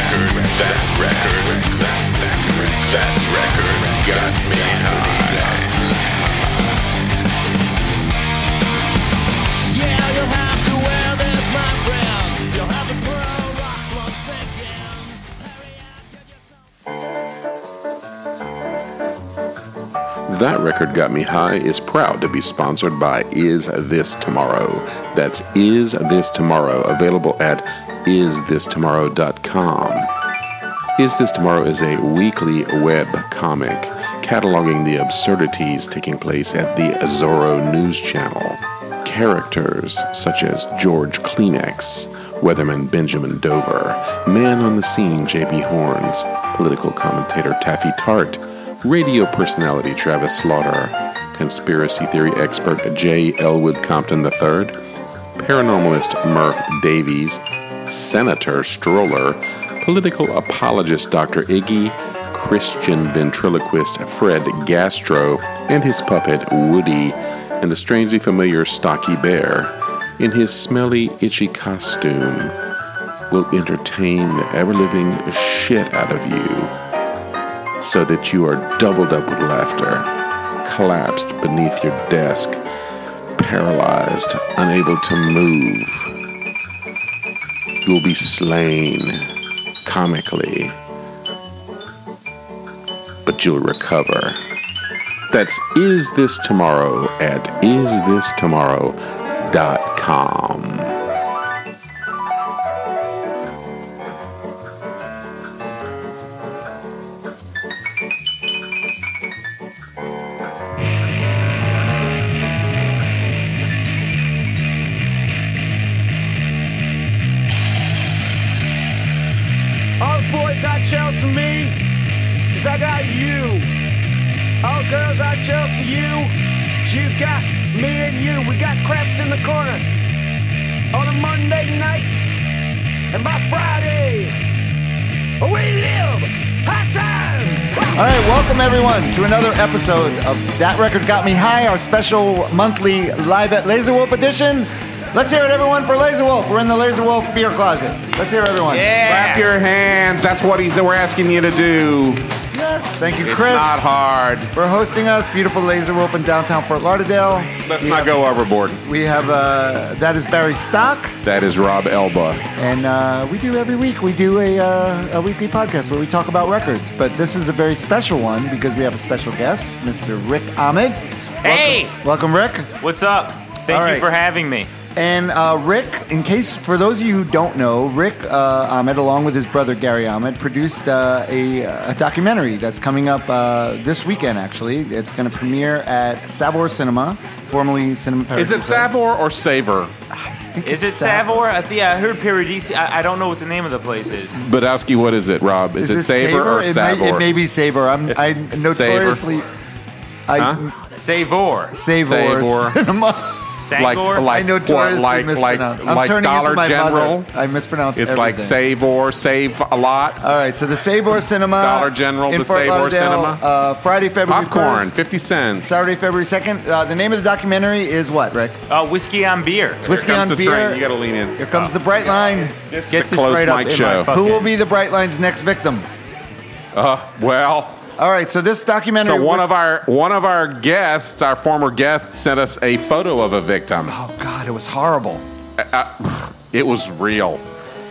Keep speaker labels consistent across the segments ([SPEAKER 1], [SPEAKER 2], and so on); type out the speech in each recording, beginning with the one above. [SPEAKER 1] That record, that record got me high.
[SPEAKER 2] Yeah, you'll have to wear this, my friend. You'll have to throw rocks once again.
[SPEAKER 1] That record got me high is proud to be sponsored by Is This Tomorrow. That's Is This Tomorrow, available at isthistomorrow.com. Is This Tomorrow is a weekly web comic cataloging the absurdities taking place at the Azoro News Channel. Characters such as George Kleenex, Weatherman Benjamin Dover, man on the scene J.B. Horns, political commentator Taffy Tart, radio personality Travis Slaughter, conspiracy theory expert J. Elwood Compton III, paranormalist Murph Davies, Senator Stroller, political apologist Dr. Iggy, Christian ventriloquist Fred Gastro, and his puppet Woody, and the strangely familiar Stocky Bear, in his smelly, itchy costume, will entertain the ever living shit out of you so that you are doubled up with laughter, collapsed beneath your desk paralyzed, unable to move. You will be slain comically, but you'll recover. That's Is This Tomorrow at isthistomorrow.com.
[SPEAKER 3] All the boys are Chelsea me, cause I got you. All girls are Chelsea you, 'cause you got me and you. We got craps in the corner on a Monday night and by Friday. We live high time!
[SPEAKER 4] All right, welcome everyone to another episode of That Record Got Me High, our special monthly live at Laser Wolf edition. Let's hear it, everyone, for Laser Wolf. We're in the Laser Wolf beer closet. Let's hear it, everyone.
[SPEAKER 5] Clap your hands. That's what he's, we're asking you to do.
[SPEAKER 4] Yes, thank you,
[SPEAKER 5] It's
[SPEAKER 4] Chris,
[SPEAKER 5] not hard.
[SPEAKER 4] for hosting us. Beautiful Laser Wolf in downtown Fort Lauderdale.
[SPEAKER 5] Let's not go overboard.
[SPEAKER 4] We have uh, that is Barry Stock,
[SPEAKER 5] That is Rob Elba.
[SPEAKER 4] and uh, we do every week. We do a, uh, a weekly podcast where we talk about records, but this is a very special one because we have a special guest, Mr. Rick Ahmed.
[SPEAKER 6] Hey!
[SPEAKER 4] Welcome, Rick.
[SPEAKER 6] What's up? Thank
[SPEAKER 4] All
[SPEAKER 6] you
[SPEAKER 4] right.
[SPEAKER 6] for having me.
[SPEAKER 4] And uh, Rick, in case for those of you who don't know, Rick uh, Ahmed, along with his brother Gary Ahmed, produced uh, a, a documentary that's coming up uh, this weekend. Actually, it's going to premiere at Sabor Cinema, formerly Cinema
[SPEAKER 5] Is
[SPEAKER 4] Paradiso.
[SPEAKER 5] it Savor or Savor?
[SPEAKER 4] I think
[SPEAKER 6] Is it
[SPEAKER 4] it's
[SPEAKER 6] Savor? I, yeah, I heard Paradisi. I, I don't know what the name of the place is.
[SPEAKER 5] Badowski, what is it, Rob? Is, it
[SPEAKER 4] this
[SPEAKER 5] Savor or
[SPEAKER 4] It may,
[SPEAKER 5] Savor?
[SPEAKER 4] it may be Savor. I'm I notoriously I
[SPEAKER 5] Huh?
[SPEAKER 6] Savor.
[SPEAKER 4] Savor,
[SPEAKER 5] Savor.
[SPEAKER 4] Cinema.
[SPEAKER 5] like,
[SPEAKER 6] Sangor?
[SPEAKER 5] like,
[SPEAKER 4] I notoriously
[SPEAKER 5] what, like, like,
[SPEAKER 4] mispronounce. I'm
[SPEAKER 5] like
[SPEAKER 4] turning
[SPEAKER 5] Dollar
[SPEAKER 4] into my
[SPEAKER 5] General.
[SPEAKER 4] Mother. I mispronounce.
[SPEAKER 5] It's like
[SPEAKER 4] everything.
[SPEAKER 5] Savor, save a lot.
[SPEAKER 4] All right, so the Sabor Cinema,
[SPEAKER 5] Dollar General,
[SPEAKER 4] in
[SPEAKER 5] the
[SPEAKER 4] Fort
[SPEAKER 5] Sabor
[SPEAKER 4] Lauderdale,
[SPEAKER 5] Cinema.
[SPEAKER 4] uh, Friday, February
[SPEAKER 5] Popcorn,
[SPEAKER 4] 1st,
[SPEAKER 5] 50 cents.
[SPEAKER 4] Saturday, February second. Uh, the name of the documentary is what, Rick?
[SPEAKER 6] Uh, whiskey on beer.
[SPEAKER 4] It's whiskey
[SPEAKER 5] Here
[SPEAKER 4] on
[SPEAKER 5] comes the
[SPEAKER 4] beer.
[SPEAKER 5] train. You Oh, got to lean in.
[SPEAKER 4] Here comes the bright line.
[SPEAKER 5] This
[SPEAKER 6] Get
[SPEAKER 5] is a
[SPEAKER 6] this
[SPEAKER 5] close
[SPEAKER 6] right up
[SPEAKER 5] mic
[SPEAKER 6] in my
[SPEAKER 5] show.
[SPEAKER 6] fucking-
[SPEAKER 4] Who
[SPEAKER 6] Okay.
[SPEAKER 4] will be the bright line's next victim?
[SPEAKER 5] uh, well,
[SPEAKER 4] All right, so this documentary.
[SPEAKER 5] so one
[SPEAKER 4] was-
[SPEAKER 5] of our one of our guests, our former guest, sent us a photo of a victim.
[SPEAKER 4] oh god, it was horrible.
[SPEAKER 5] It was real.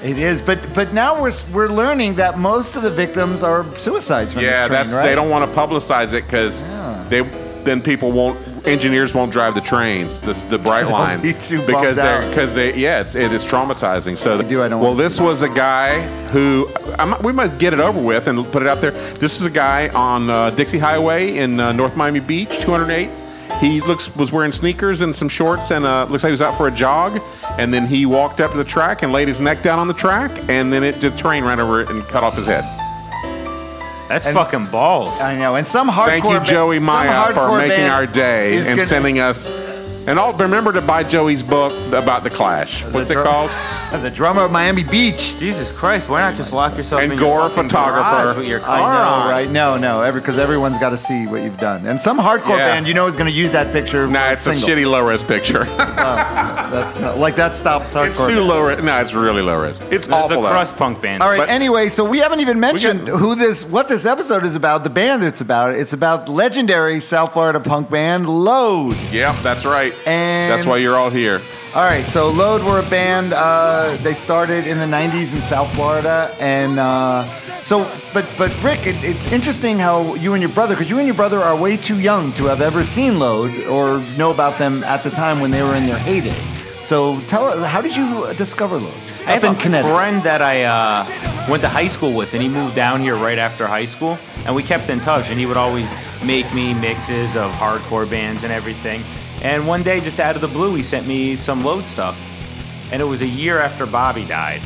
[SPEAKER 4] It is, but but now we're s- we're learning that most of the victims are suicides. From this
[SPEAKER 5] yeah,
[SPEAKER 4] train,
[SPEAKER 5] that's
[SPEAKER 4] right?
[SPEAKER 5] they don't want to publicize it because they then people won't engineers won't drive the trains. This the bright line
[SPEAKER 4] be too bummed
[SPEAKER 5] because
[SPEAKER 4] out.
[SPEAKER 5] because they yeah it's, it is traumatizing. So
[SPEAKER 4] do, I don't
[SPEAKER 5] well,
[SPEAKER 4] wanna
[SPEAKER 5] this was a guy who I might, we might get it over with and put it out there. This is a guy on uh, Dixie Highway in uh, North Miami Beach, 208. He looks was wearing sneakers and some shorts and uh, looks like he was out for a jog. And then he walked up to the track and laid his neck down on the track, and then it the train ran over it and cut off his head.
[SPEAKER 6] That's fucking balls.
[SPEAKER 4] I know, and some hardcore.
[SPEAKER 5] Thank you,
[SPEAKER 4] ba-
[SPEAKER 5] Joey
[SPEAKER 4] some
[SPEAKER 5] Maya, for
[SPEAKER 4] hardcore
[SPEAKER 5] making
[SPEAKER 4] band
[SPEAKER 5] our day
[SPEAKER 4] is
[SPEAKER 5] and
[SPEAKER 4] gonna-
[SPEAKER 5] sending us. And all remember to buy Joey's book about the Clash. What's it
[SPEAKER 4] drum-
[SPEAKER 5] called?
[SPEAKER 4] the drummer of Miami Beach.
[SPEAKER 6] Jesus Christ, why not just lock yourself
[SPEAKER 5] And
[SPEAKER 6] in
[SPEAKER 5] Gore
[SPEAKER 6] your fucking
[SPEAKER 5] photographer.
[SPEAKER 6] garage with your car
[SPEAKER 4] I know,
[SPEAKER 6] on?
[SPEAKER 4] right? No, no, every because everyone's got to see what you've done, and some hardcore
[SPEAKER 5] Yeah.
[SPEAKER 4] band you know is going to use that picture.
[SPEAKER 5] Nah, it's
[SPEAKER 4] single.
[SPEAKER 5] a shitty low res picture.
[SPEAKER 4] that's not, like that stops hardcore.
[SPEAKER 5] It's too low. Res- no, it's really low res. It's
[SPEAKER 6] It's a
[SPEAKER 5] awful. low.
[SPEAKER 6] crust punk band.
[SPEAKER 4] All right.
[SPEAKER 5] But-
[SPEAKER 4] anyway, so we haven't even mentioned
[SPEAKER 5] got-
[SPEAKER 4] who this, what this episode is about. The band it's about. It's about legendary South Florida punk band Load.
[SPEAKER 5] Yep, that's right.
[SPEAKER 4] And-
[SPEAKER 5] that's why you're all here.
[SPEAKER 4] All right, so Load were a band. Uh, they started in the '90s in South Florida, and uh, so, but but Rick, it, it's interesting how you and your brother, because you and your brother are way too young to have ever seen Load or know about them at the time when they were in their heyday. So tell us, how did you discover Load?
[SPEAKER 6] I have
[SPEAKER 4] Up
[SPEAKER 6] a friend that I uh, went to high school with, and he moved down here right after high school, and we kept in touch. And he would always make me mixes of hardcore bands and everything. And one day, just out of the blue, he sent me some load stuff, and it was a year after Bobby died.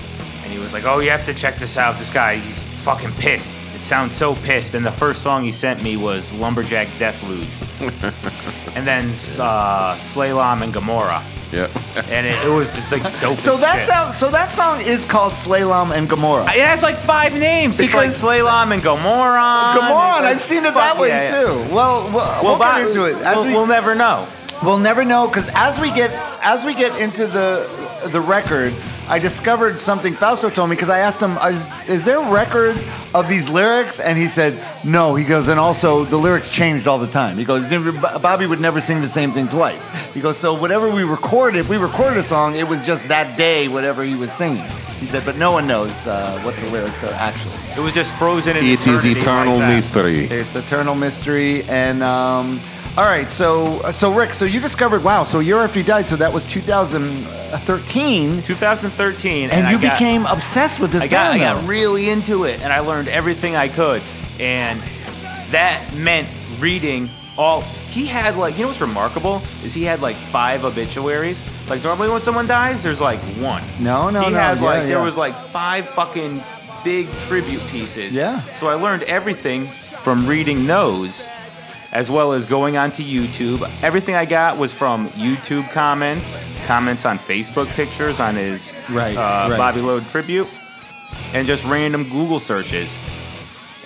[SPEAKER 6] And he was like, "Oh, you have to check this out. This guy, he's fucking pissed. It sounds so pissed." And the first song he sent me was "Lumberjack Death Luge," and then uh, Slalom and Gamora.
[SPEAKER 5] Yep.
[SPEAKER 6] And it, it was just like dope.
[SPEAKER 4] So
[SPEAKER 6] as
[SPEAKER 4] that's
[SPEAKER 6] shit.
[SPEAKER 4] how. So that song is called Slalom and Gomorrah.
[SPEAKER 6] It has like five names. It's like
[SPEAKER 4] Because-
[SPEAKER 6] Slalom and Gomoron.
[SPEAKER 4] Come
[SPEAKER 6] It's
[SPEAKER 4] on,
[SPEAKER 6] like-
[SPEAKER 4] I've seen it that
[SPEAKER 6] fuck,
[SPEAKER 4] way
[SPEAKER 6] yeah, yeah.
[SPEAKER 4] too. Well, we'll, we'll
[SPEAKER 6] Bob-
[SPEAKER 4] get into it. As
[SPEAKER 6] we'll,
[SPEAKER 4] we,
[SPEAKER 6] we'll never know.
[SPEAKER 4] We'll never know because as we get as we get into the the record, I discovered something Fausto told me because I asked him, is, "Is there a record of these lyrics?" And he said, "No." He goes, and also the lyrics changed all the time. He goes, "Never- Bo- "Bobby would never sing the same thing twice." He goes, "So whatever we recorded, if we recorded a song, it was just that day, whatever he was singing." He said, "But no one knows uh, what the lyrics are actually."
[SPEAKER 6] It was just frozen in
[SPEAKER 5] It is
[SPEAKER 6] eternity
[SPEAKER 5] eternal
[SPEAKER 6] like that.
[SPEAKER 5] mystery.
[SPEAKER 4] It's eternal mystery, and um, all right. So, so Rick, so you discovered wow. So a year after he died, so that was 2013,
[SPEAKER 6] 2013,
[SPEAKER 4] and
[SPEAKER 6] I
[SPEAKER 4] you
[SPEAKER 6] got-
[SPEAKER 4] became obsessed with this
[SPEAKER 6] I got, I
[SPEAKER 4] band.
[SPEAKER 6] got
[SPEAKER 4] though.
[SPEAKER 6] really into it, and I learned everything I could, and that meant reading all. He had like, you know what's remarkable is he had like five obituaries. Like normally when someone dies, there's like one.
[SPEAKER 4] No, no,
[SPEAKER 6] he
[SPEAKER 4] no,
[SPEAKER 6] had
[SPEAKER 4] yeah,
[SPEAKER 6] like there
[SPEAKER 4] yeah.
[SPEAKER 6] was like five fucking big tribute pieces.
[SPEAKER 4] Yeah.
[SPEAKER 6] So I learned everything from reading those. As well as going onto YouTube. Everything I got was from YouTube comments, comments on Facebook pictures on his
[SPEAKER 4] Right,
[SPEAKER 6] uh,
[SPEAKER 4] right.
[SPEAKER 6] Bobby Load tribute and just random Google searches.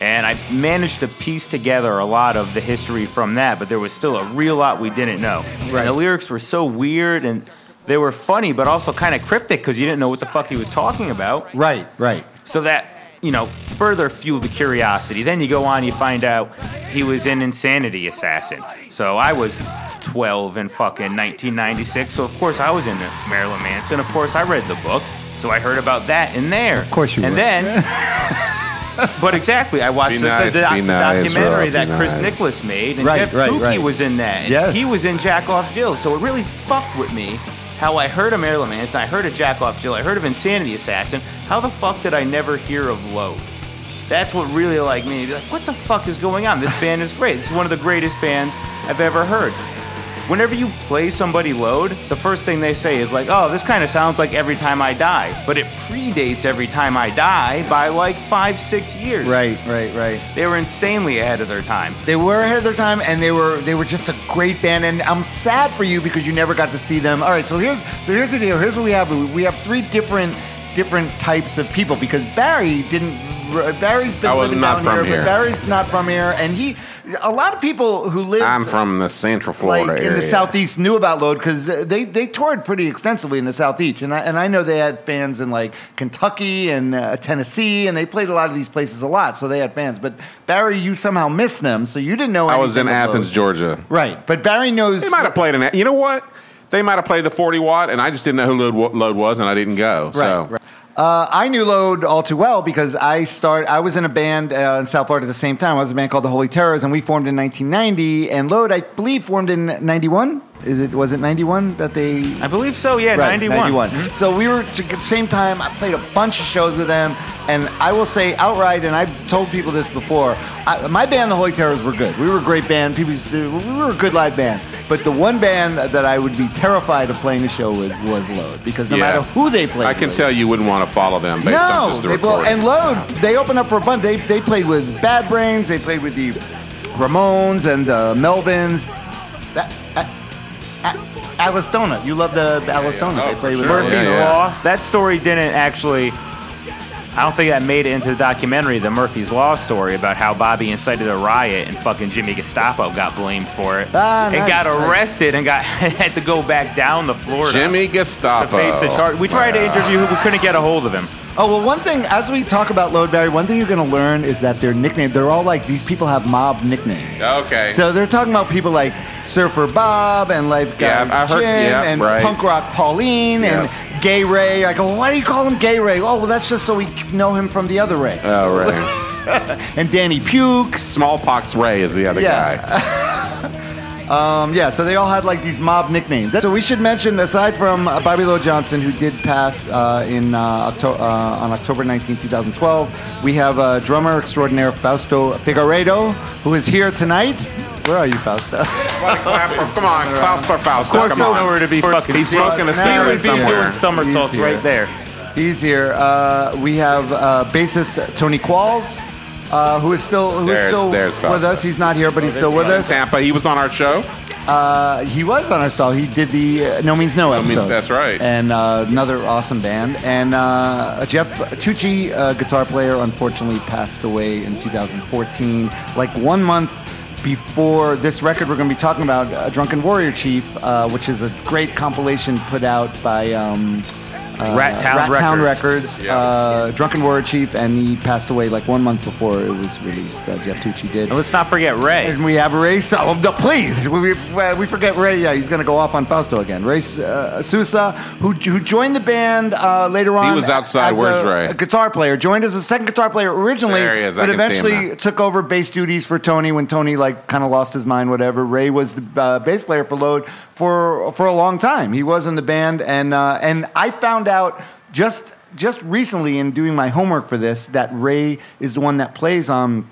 [SPEAKER 6] And I managed to piece together a lot of the history from that, but there was still a real lot we didn't know.
[SPEAKER 4] Right.
[SPEAKER 6] And the lyrics were so weird and they were funny, but also kind of cryptic because you didn't know what the fuck he was talking about.
[SPEAKER 4] Right, right.
[SPEAKER 6] So that, you know, further fueled the curiosity. Then you go on, you find out he was an insanity assassin. So I was 12 in fucking 1996. So of course I was into Marilyn Manson. Of course I read the book. So I heard about that in there. Of
[SPEAKER 4] course you
[SPEAKER 6] And
[SPEAKER 4] were.
[SPEAKER 6] then, but exactly, I watched
[SPEAKER 5] Be
[SPEAKER 6] the,
[SPEAKER 5] nice,
[SPEAKER 6] the,
[SPEAKER 5] be
[SPEAKER 6] doc-
[SPEAKER 5] nice,
[SPEAKER 6] documentary
[SPEAKER 5] Rob, be
[SPEAKER 6] that Chris
[SPEAKER 5] nice.
[SPEAKER 6] Nicholas made, and
[SPEAKER 4] Right,
[SPEAKER 6] Jeff
[SPEAKER 4] right,
[SPEAKER 6] Kooky
[SPEAKER 4] right.
[SPEAKER 6] was in that. And
[SPEAKER 4] Yes.
[SPEAKER 6] he was in Jack Off Jill. So it really fucked with me how I heard of Marilyn Manson, I heard of Jack Off Jill, I heard of Insanity Assassin. How the fuck did I never hear of Load? That's what really like me. Like, what the fuck is going on? This band is great. This is one of the greatest bands I've ever heard. Whenever you play somebody Load, the first thing they say is like, "Oh, this kind of sounds like Every Time I Die," but it predates Every Time I Die by like five, six years.
[SPEAKER 4] Right, right, right.
[SPEAKER 6] They were insanely ahead of their time.
[SPEAKER 4] They were ahead of their time, and they were they were just a great band. And I'm sad for you because you never got to see them. All right, so here's so here's the deal. Here's what we have. We- We have three different different types of people because Barry didn't. Barry's been
[SPEAKER 5] I was
[SPEAKER 4] living
[SPEAKER 5] not
[SPEAKER 4] down
[SPEAKER 5] from
[SPEAKER 4] here,
[SPEAKER 5] here.
[SPEAKER 4] but Barry's not from here, and he. A lot of people who live
[SPEAKER 5] I'm from the Central
[SPEAKER 4] like
[SPEAKER 5] Florida
[SPEAKER 4] in
[SPEAKER 5] area.
[SPEAKER 4] the southeast knew about load because they they toured pretty extensively in the southeast and I, and I know they had fans in like kentucky and uh, tennessee and they played a lot of these places a lot so they had fans but barry you somehow missed them so you didn't know
[SPEAKER 5] I was in
[SPEAKER 4] anything of
[SPEAKER 5] Athens,
[SPEAKER 4] Load.
[SPEAKER 5] Georgia.
[SPEAKER 4] right but barry knows
[SPEAKER 5] They might have played an. You know what? They might have played the 40 watt, and I just didn't know who Load, Load was, and I didn't go. so
[SPEAKER 4] right. Uh, I knew Load all too well because I start. I was in a band uh, in South Florida at the same time. I was in a band called the Holy Terrors, and we formed in 1990. And Load, I believe, formed in 91. Is it was it 91 that they
[SPEAKER 6] I believe so. Yeah,
[SPEAKER 4] Right,
[SPEAKER 6] 91.
[SPEAKER 4] 91. So we were at the same time. I played a bunch of shows with them, and I will say outright, and I've told people this before. I, my band, the Holy Terrors, were good. We were a great band. People, used to, we were a good live band. But the one band that I would be terrified of playing a show with was Load, because no
[SPEAKER 5] Yeah.
[SPEAKER 4] matter who they played,
[SPEAKER 5] I can
[SPEAKER 4] with,
[SPEAKER 5] tell you wouldn't want to follow them based on
[SPEAKER 4] no,
[SPEAKER 5] just the
[SPEAKER 4] they blow,
[SPEAKER 5] recording.
[SPEAKER 4] and Load. They opened up for a bunch. They they played with Bad Brains. They played with the Ramones and uh, Melvins. That, uh, uh, Alice Donut. You love the Alice Donut.
[SPEAKER 5] Oh,
[SPEAKER 4] they played
[SPEAKER 5] for
[SPEAKER 4] with
[SPEAKER 5] sure.
[SPEAKER 4] Murphy's
[SPEAKER 5] Yeah,
[SPEAKER 6] Murphy's
[SPEAKER 5] yeah.
[SPEAKER 6] Law. That story didn't actually I don't think that made it into the documentary, the Murphy's Law story about how Bobby incited a riot and fucking Jimmy Gestapo got blamed for it
[SPEAKER 4] Ah,
[SPEAKER 6] and
[SPEAKER 4] nice,
[SPEAKER 6] got
[SPEAKER 4] nice.
[SPEAKER 6] arrested and got had to go back down to Florida
[SPEAKER 5] Jimmy
[SPEAKER 6] to
[SPEAKER 5] Gestapo.
[SPEAKER 6] face the charge. We tried to interview him, we couldn't get a hold of him.
[SPEAKER 4] Oh well, one thing as we talk about Loadberry, one thing you're going to learn is that their nickname—they're all like these people have mob nicknames.
[SPEAKER 5] Okay.
[SPEAKER 4] So they're talking about people like Surfer Bob and like
[SPEAKER 5] Yeah,
[SPEAKER 4] uh,
[SPEAKER 5] I heard-
[SPEAKER 4] Jim
[SPEAKER 5] yeah,
[SPEAKER 4] and
[SPEAKER 5] right.
[SPEAKER 4] punk rock Pauline and Gay Ray. I go, well, why do you call him Gay Ray? Oh, well, that's just so we know him from the other Ray.
[SPEAKER 5] oh, right.
[SPEAKER 4] and Danny Pukes.
[SPEAKER 5] Smallpox Ray is the other
[SPEAKER 4] Yeah.
[SPEAKER 5] guy.
[SPEAKER 4] Um, yeah, so they all had like these mob nicknames. So we should mention, aside from uh, Bobby Lowe Johnson, who did pass uh, in uh, Octo- uh, on October 19, 2012, we have uh, drummer extraordinaire Fausto Figueredo, who is here tonight. Where are you, Fausto?
[SPEAKER 5] Clap for- Come on, clap for Fausto.
[SPEAKER 4] course,
[SPEAKER 5] Come
[SPEAKER 4] no.
[SPEAKER 5] on.
[SPEAKER 6] Nowhere to be fucking
[SPEAKER 5] He's
[SPEAKER 6] seen.
[SPEAKER 5] smoking a
[SPEAKER 4] Now
[SPEAKER 6] He
[SPEAKER 5] cigarette
[SPEAKER 6] would be
[SPEAKER 5] somewhere.
[SPEAKER 6] doing somersaults
[SPEAKER 4] He's here.
[SPEAKER 6] right there.
[SPEAKER 4] He's here. Uh, we have uh, bassist Tony Qualls, uh, who is still who is
[SPEAKER 5] There's-
[SPEAKER 4] still
[SPEAKER 5] there's Fausto.
[SPEAKER 4] with us. He's not here, but he's still with
[SPEAKER 5] In
[SPEAKER 4] us.
[SPEAKER 5] Tampa. He was on our show.
[SPEAKER 4] Uh, he was on our show. He did the uh, No Means No episode.
[SPEAKER 5] Means- that's right.
[SPEAKER 4] And uh, another awesome band. And uh, Jeff Tucci, uh, guitar player, unfortunately passed away in 2014, like one month before this record we're going to be talking about, uh, Drunken Warrior Chief, uh, which is a great compilation put out by. Um,
[SPEAKER 6] Rat Town Records.
[SPEAKER 4] Rat Town Records, uh, Drunken Warrior Chief, and he passed away like one month before it was released. Uh, Jeff Tucci did.
[SPEAKER 6] And let's not forget Ray.
[SPEAKER 4] And we have Ray. Oh, no, please, we, we, we forget Ray. Yeah, he's going to go off on Fausto again. Ray uh, Sousa, who who joined the band uh, later on.
[SPEAKER 5] was outside.
[SPEAKER 4] as
[SPEAKER 5] Where's
[SPEAKER 4] a,
[SPEAKER 5] Ray?
[SPEAKER 4] a guitar player. Joined as a second guitar player originally,
[SPEAKER 5] There he is. I
[SPEAKER 4] but
[SPEAKER 5] can see him now.
[SPEAKER 4] eventually took over bass duties for Tony when Tony like kind of lost his mind. Whatever. Ray was the uh, bass player for Load for for a long time. He was in the band, and uh, and I found out just. Just recently, in doing my homework for this, that Ray is the one that plays on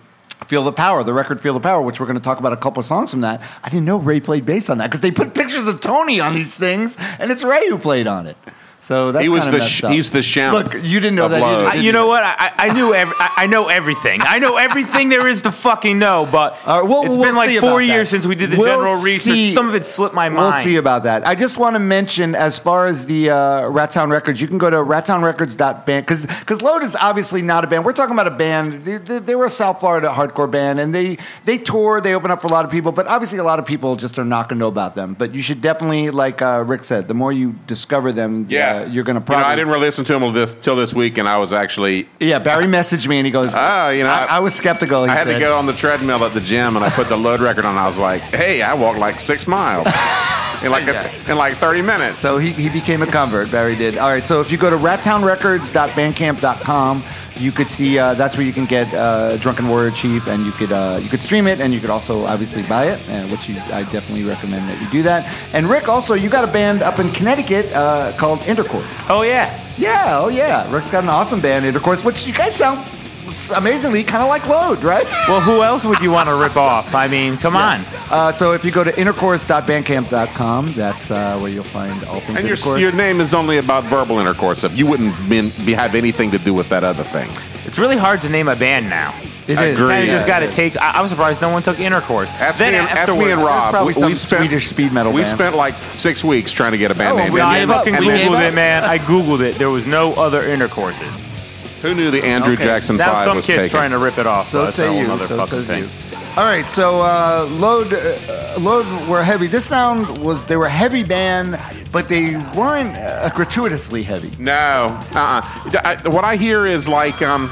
[SPEAKER 4] Feel the Power, the record Feel the Power, which we're going to talk about a couple of songs from that. I didn't know Ray played bass on that because they put pictures of Tony on these things, and it's Ray who played on it. So that's
[SPEAKER 5] He was
[SPEAKER 4] kinda
[SPEAKER 5] the
[SPEAKER 4] messed
[SPEAKER 5] sh-
[SPEAKER 4] up.
[SPEAKER 5] he's the champ
[SPEAKER 4] Look, you didn't know
[SPEAKER 5] of
[SPEAKER 4] that.
[SPEAKER 5] Load.
[SPEAKER 4] either,
[SPEAKER 5] I-
[SPEAKER 6] I,
[SPEAKER 4] did
[SPEAKER 6] you know what? I, I I knew every, I, I know everything. I know everything there is to fucking know. But it's
[SPEAKER 4] All right, we'll- we'll
[SPEAKER 6] been like
[SPEAKER 4] see about
[SPEAKER 6] four
[SPEAKER 4] that.
[SPEAKER 6] years since we did the
[SPEAKER 4] We'll
[SPEAKER 6] general research.
[SPEAKER 4] see.
[SPEAKER 6] Some of it slipped my mind.
[SPEAKER 4] We'll see about that. I just want to mention, as far as the uh, Rattown Records, you can go to rattownrecords.band because because Load is obviously not a band. We're talking about a band. They, they, they were a South Florida hardcore band, and they they tour. They open up for a lot of people, but obviously a lot of people just are not going to know about them. But you should definitely, like uh, Rick said, the more you discover them, uh, you're going to
[SPEAKER 5] You know,
[SPEAKER 4] probably.
[SPEAKER 5] I didn't really listen to him till this, till this week, and I was actually.
[SPEAKER 4] yeah, Barry messaged me and he goes,
[SPEAKER 5] Oh, you know,
[SPEAKER 4] I,
[SPEAKER 5] I-
[SPEAKER 4] I was skeptical." He
[SPEAKER 5] I had to
[SPEAKER 4] said.
[SPEAKER 5] go on the treadmill at the gym, and I put the load record on. I was like, "Hey, I walked like six miles in like a, in like thirty minutes."
[SPEAKER 4] So he, he became a convert. Barry did. All right. So if you go to rattownrecords.bandcamp.com, you could see uh, that's where you can get uh, Drunken Warrior Chief, and you could uh, you could stream it, and you could also obviously buy it, uh, which you, I definitely recommend that you do that. And Rick, also, you got a band up in Connecticut uh, called Intercourse.
[SPEAKER 6] Oh yeah.
[SPEAKER 4] Yeah. Oh yeah. Rick's got an awesome band, Intercourse, which you guys sound amazingly kind of like Load, right?
[SPEAKER 6] Well, who else would you want to rip off? I mean, come on.
[SPEAKER 4] Uh, so if you go to intercourse.bandcamp.com, that's uh, where you'll find all things
[SPEAKER 5] and your,
[SPEAKER 4] Intercourse.
[SPEAKER 5] your name is only about verbal intercourse. If you wouldn't been, be, have anything to do with that other thing,
[SPEAKER 6] It's really hard to name a band now.
[SPEAKER 4] It
[SPEAKER 5] I
[SPEAKER 4] is.
[SPEAKER 5] agree.
[SPEAKER 6] Kind of
[SPEAKER 5] Yeah,
[SPEAKER 6] just got to take. I, I was surprised no one took intercourse.
[SPEAKER 5] ask, me, and, ask me
[SPEAKER 6] afterward-
[SPEAKER 5] and
[SPEAKER 4] There's
[SPEAKER 5] Rob.
[SPEAKER 4] probably some Swedish speed metal
[SPEAKER 5] We
[SPEAKER 4] band.
[SPEAKER 5] spent like six weeks trying to get a band
[SPEAKER 4] Oh,
[SPEAKER 5] name.
[SPEAKER 4] we
[SPEAKER 6] No,
[SPEAKER 5] And
[SPEAKER 6] I
[SPEAKER 4] gave
[SPEAKER 5] then-
[SPEAKER 4] up.
[SPEAKER 6] fucking
[SPEAKER 5] and then-
[SPEAKER 4] gave
[SPEAKER 6] googled
[SPEAKER 4] up?
[SPEAKER 6] it, man. I googled it. There was no other intercourses.
[SPEAKER 5] Who knew the Andrew
[SPEAKER 4] Okay.
[SPEAKER 5] Jackson
[SPEAKER 6] Now
[SPEAKER 5] Five
[SPEAKER 6] some
[SPEAKER 5] was
[SPEAKER 6] kid's
[SPEAKER 5] taken?
[SPEAKER 6] trying to rip it off.
[SPEAKER 4] So
[SPEAKER 6] that's a
[SPEAKER 4] say
[SPEAKER 6] whole
[SPEAKER 4] you.
[SPEAKER 6] other
[SPEAKER 4] So
[SPEAKER 6] fucking
[SPEAKER 4] says
[SPEAKER 6] thing.
[SPEAKER 4] you. All right, so uh, load, uh, load were heavy. This sound was they were a heavy band, but they weren't uh, gratuitously heavy.
[SPEAKER 5] No, uh, uh what I hear is like um,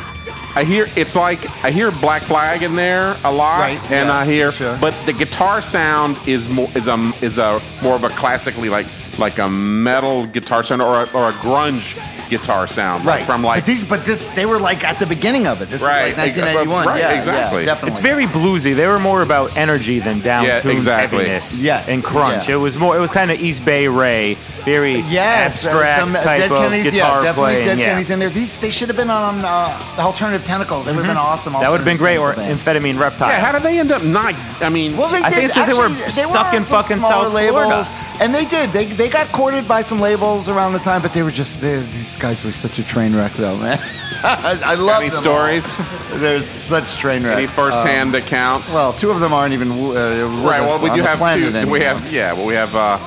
[SPEAKER 5] I hear it's like I hear Black Flag in there a lot,
[SPEAKER 4] Right,
[SPEAKER 5] and
[SPEAKER 4] yeah,
[SPEAKER 5] I hear,
[SPEAKER 4] sure.
[SPEAKER 5] but the guitar sound is more is um is a more of a classically like like a metal guitar sound or a, or a grunge guitar sound, like, from like
[SPEAKER 4] but these, but this they were like at the beginning of it. This
[SPEAKER 5] Right,
[SPEAKER 4] is like
[SPEAKER 5] ex-
[SPEAKER 4] 1991.
[SPEAKER 5] right,
[SPEAKER 4] yeah, yeah,
[SPEAKER 5] exactly.
[SPEAKER 4] definitely.
[SPEAKER 6] It's very bluesy. They were more about energy than down
[SPEAKER 5] Yeah,
[SPEAKER 6] tuned
[SPEAKER 5] exactly.
[SPEAKER 6] heaviness
[SPEAKER 4] Yes,
[SPEAKER 6] and crunch.
[SPEAKER 4] yeah.
[SPEAKER 6] It was more. It was kind of East Bay Ray, very
[SPEAKER 4] Yes, there was
[SPEAKER 6] abstract
[SPEAKER 4] some, uh,
[SPEAKER 6] type
[SPEAKER 4] Dead
[SPEAKER 6] of
[SPEAKER 4] Kennedys,
[SPEAKER 6] guitar
[SPEAKER 4] yeah, definitely
[SPEAKER 6] playing.
[SPEAKER 4] Dead
[SPEAKER 6] yeah.
[SPEAKER 4] Kennedys in there. These they should have been on uh, Alternative Tentacles. They would have Mm-hmm. been awesome.
[SPEAKER 6] That would have been great. Or
[SPEAKER 4] Alternative Tentacle band.
[SPEAKER 6] Amphetamine Reptile.
[SPEAKER 5] yeah. How did they end up not? I mean,
[SPEAKER 4] Well, they
[SPEAKER 6] I
[SPEAKER 4] did.
[SPEAKER 6] think it's just they were
[SPEAKER 4] actually,
[SPEAKER 6] stuck
[SPEAKER 4] on
[SPEAKER 6] in
[SPEAKER 4] some
[SPEAKER 6] fucking
[SPEAKER 4] smaller
[SPEAKER 6] South Florida.
[SPEAKER 4] And they did. They, they got courted by some labels around the time, but they were just they, these guys were such a train wreck, though, man. I love
[SPEAKER 5] Got any
[SPEAKER 4] them all.
[SPEAKER 5] stories?
[SPEAKER 4] There's such train wrecks. Uh,
[SPEAKER 5] Any firsthand accounts?
[SPEAKER 4] Well, two of them aren't even uh, with
[SPEAKER 5] right.
[SPEAKER 4] us
[SPEAKER 5] Well, we
[SPEAKER 4] on
[SPEAKER 5] do
[SPEAKER 4] the
[SPEAKER 5] have
[SPEAKER 4] planet
[SPEAKER 5] two.
[SPEAKER 4] anymore.
[SPEAKER 5] We have yeah. Well, we have. Uh,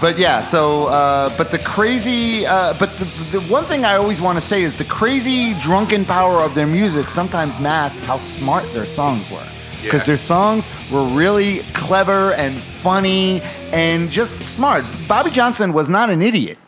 [SPEAKER 4] but yeah, so uh, but the crazy, uh, but the, the one thing I always want to say is the crazy drunken power of their music sometimes masked how smart their songs were. Because
[SPEAKER 5] Yeah.
[SPEAKER 4] their songs were really clever and funny and just smart. Bobby Johnson was not an idiot.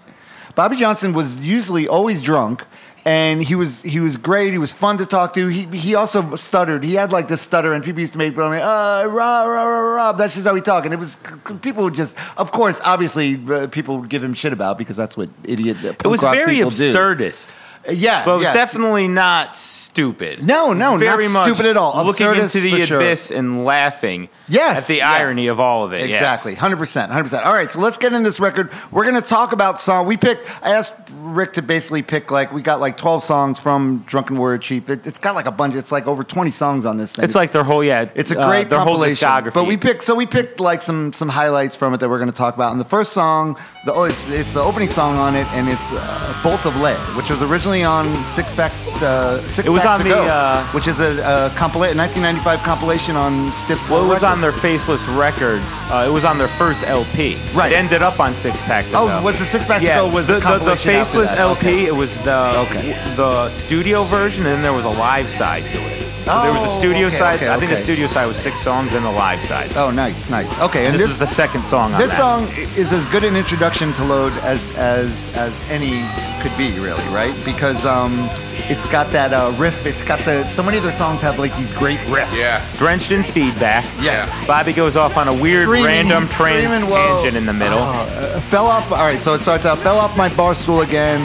[SPEAKER 4] Bobby Johnson was usually always drunk, and he was he was great. He was fun to talk to. He he also stuttered. He had like this stutter, and people used to make fun of me. Uh, rah, rah, rah, rah. That's just how he talked, and it was people would just, of course, obviously, uh, people would give him shit about because that's what idiot. uh, Punk
[SPEAKER 6] It was
[SPEAKER 4] rock
[SPEAKER 6] very
[SPEAKER 4] people do.
[SPEAKER 6] absurdist,
[SPEAKER 4] Uh, Yeah,
[SPEAKER 6] but it was
[SPEAKER 4] yes.
[SPEAKER 6] definitely not stupid.
[SPEAKER 4] No, no, not
[SPEAKER 6] very much
[SPEAKER 4] stupid at all.
[SPEAKER 6] Looking
[SPEAKER 4] Absurdist
[SPEAKER 6] into the
[SPEAKER 4] for sure.
[SPEAKER 6] abyss and laughing
[SPEAKER 4] Yes,
[SPEAKER 6] at the
[SPEAKER 4] yeah.
[SPEAKER 6] irony of all of it. yes.
[SPEAKER 4] Exactly, hundred percent, hundred percent. All right, so let's get in this record. We're gonna talk about song. We picked. I asked Rick to basically pick like we got like twelve songs from Drunken Warrior Chief. It, it's got like a bunch. It's like over twenty songs on this thing.
[SPEAKER 6] It's like their whole yeah.
[SPEAKER 4] It's a
[SPEAKER 6] uh,
[SPEAKER 4] great
[SPEAKER 6] their whole
[SPEAKER 4] compilation.
[SPEAKER 6] discography.
[SPEAKER 4] But we picked so we picked like some some highlights from it that we're going to talk about. And the first song, the oh, it's it's the opening song on it, and it's uh, "Bolt of Lead," which was originally on Six Pack. Uh, Six
[SPEAKER 6] It was
[SPEAKER 4] Pack
[SPEAKER 6] on
[SPEAKER 4] to
[SPEAKER 6] the,
[SPEAKER 4] Go,
[SPEAKER 6] uh,
[SPEAKER 4] which is a, a compila- 1995 compilation on Stiff.
[SPEAKER 6] Well, it was on
[SPEAKER 4] the
[SPEAKER 6] their Faceless Records. Uh, it was on their first LP.
[SPEAKER 4] Right.
[SPEAKER 6] It ended up on Six Pack. to
[SPEAKER 4] Oh,
[SPEAKER 6] Go.
[SPEAKER 4] was the Six Pack to
[SPEAKER 6] yeah.
[SPEAKER 4] Go was a
[SPEAKER 6] the, the, the
[SPEAKER 4] compilation after
[SPEAKER 6] Faceless
[SPEAKER 4] that.
[SPEAKER 6] LP.
[SPEAKER 4] Okay.
[SPEAKER 6] It was the
[SPEAKER 4] Okay.
[SPEAKER 6] the studio version, and then there was a live side to it. So there was a
[SPEAKER 4] Oh,
[SPEAKER 6] studio
[SPEAKER 4] okay,
[SPEAKER 6] side.
[SPEAKER 4] okay,
[SPEAKER 6] I think the
[SPEAKER 4] okay.
[SPEAKER 6] studio side was six songs, and the live side.
[SPEAKER 4] Oh, nice, nice. Okay, and
[SPEAKER 6] this,
[SPEAKER 4] this
[SPEAKER 6] was the second song on
[SPEAKER 4] this
[SPEAKER 6] that.
[SPEAKER 4] song i- is as good an introduction to load as as as any could be really right because um it's got that uh, riff it's got the so many of their songs have like these great riffs
[SPEAKER 5] yeah.
[SPEAKER 6] Drenched in feedback.
[SPEAKER 5] Yes.
[SPEAKER 6] Bobby goes off on a weird
[SPEAKER 4] Screaming,
[SPEAKER 6] random tran-
[SPEAKER 4] screaming, whoa.
[SPEAKER 6] tangent in the middle.
[SPEAKER 4] Oh, uh, fell off. All right, so it starts out. Fell off my bar stool again.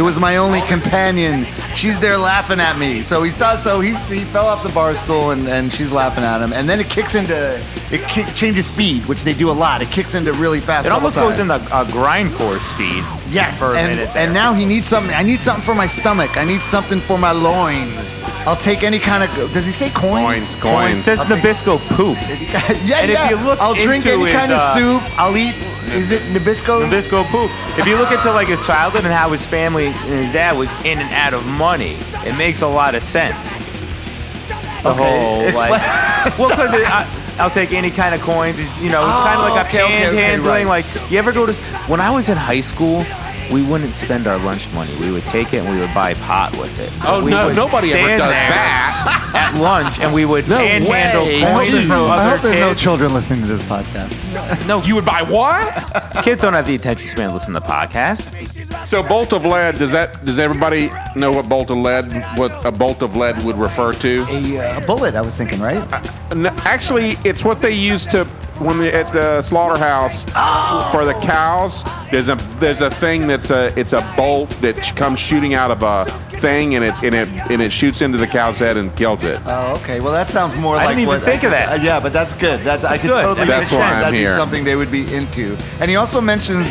[SPEAKER 4] It was my only companion. She's there laughing at me. So he saw. So he's, he fell off the bar stool, and, and she's laughing at him. And then it kicks into it kick, changes speed, which they do a lot. It kicks into really fast.
[SPEAKER 6] it
[SPEAKER 4] all the
[SPEAKER 6] almost goes
[SPEAKER 4] time.
[SPEAKER 6] into a grindcore speed.
[SPEAKER 4] Yes,
[SPEAKER 6] for a
[SPEAKER 4] and,
[SPEAKER 6] minute there.
[SPEAKER 4] and now he needs something. I need something for my stomach. I need something for my loins. I'll take any kind of. Does he say coins?
[SPEAKER 5] Coins,
[SPEAKER 6] Coin
[SPEAKER 5] coins.
[SPEAKER 6] says Nabisco poop.
[SPEAKER 4] yeah,
[SPEAKER 6] And if
[SPEAKER 4] yeah.
[SPEAKER 6] you look
[SPEAKER 4] I'll drink
[SPEAKER 6] into
[SPEAKER 4] any
[SPEAKER 6] his,
[SPEAKER 4] kind
[SPEAKER 6] uh,
[SPEAKER 4] of soup. I'll eat. Is it Nabisco?
[SPEAKER 6] Nabisco poop. If you look into like his childhood and how his family and his dad was in and out of money, it makes a lot of sense. The
[SPEAKER 4] Okay,
[SPEAKER 6] whole
[SPEAKER 4] explain-
[SPEAKER 6] like, well, because I'll take any kind of coins. You know, it's kind of
[SPEAKER 4] Oh,
[SPEAKER 6] like
[SPEAKER 4] okay,
[SPEAKER 6] a
[SPEAKER 4] okay,
[SPEAKER 6] hand
[SPEAKER 4] okay,
[SPEAKER 6] handling.
[SPEAKER 4] right.
[SPEAKER 6] Like, you ever go to? s- When I was in high school. We wouldn't spend our lunch money. We would take it and we would buy pot with it. So
[SPEAKER 5] Oh
[SPEAKER 6] we
[SPEAKER 5] no!
[SPEAKER 6] would
[SPEAKER 5] Nobody ever
[SPEAKER 6] stand
[SPEAKER 5] does
[SPEAKER 6] there
[SPEAKER 5] that.
[SPEAKER 6] at lunch, and we would handhandle
[SPEAKER 5] way.
[SPEAKER 4] I hope
[SPEAKER 6] coins
[SPEAKER 4] there's
[SPEAKER 6] from
[SPEAKER 4] no, I hope
[SPEAKER 6] other
[SPEAKER 4] there's no
[SPEAKER 6] kids.
[SPEAKER 4] children listening to this podcast.
[SPEAKER 6] No,
[SPEAKER 5] You would buy what?
[SPEAKER 6] kids don't have the attention span to listen to the podcast.
[SPEAKER 5] So bolt of lead. Does that? Does everybody know what bolt of lead? What a bolt of lead would refer to?
[SPEAKER 4] A, uh, a bullet, I was thinking, right?
[SPEAKER 5] No, actually, it's what they use to when they, at the slaughterhouse for the cows. There's a there's a thing that's a it's a bolt that sh- comes shooting out of a thing and it and it and it shoots into the cow's head and kills it.
[SPEAKER 4] Oh, okay. Well, that sounds more
[SPEAKER 6] I
[SPEAKER 4] like.
[SPEAKER 6] didn't even
[SPEAKER 4] what-
[SPEAKER 6] think of that.
[SPEAKER 4] Uh, yeah, but that's good. That's, I
[SPEAKER 6] That's
[SPEAKER 4] could
[SPEAKER 6] good.
[SPEAKER 4] totally
[SPEAKER 5] That's
[SPEAKER 4] understand.
[SPEAKER 5] why I'm
[SPEAKER 4] That'd
[SPEAKER 5] here.
[SPEAKER 4] be something they would be into. And he also mentions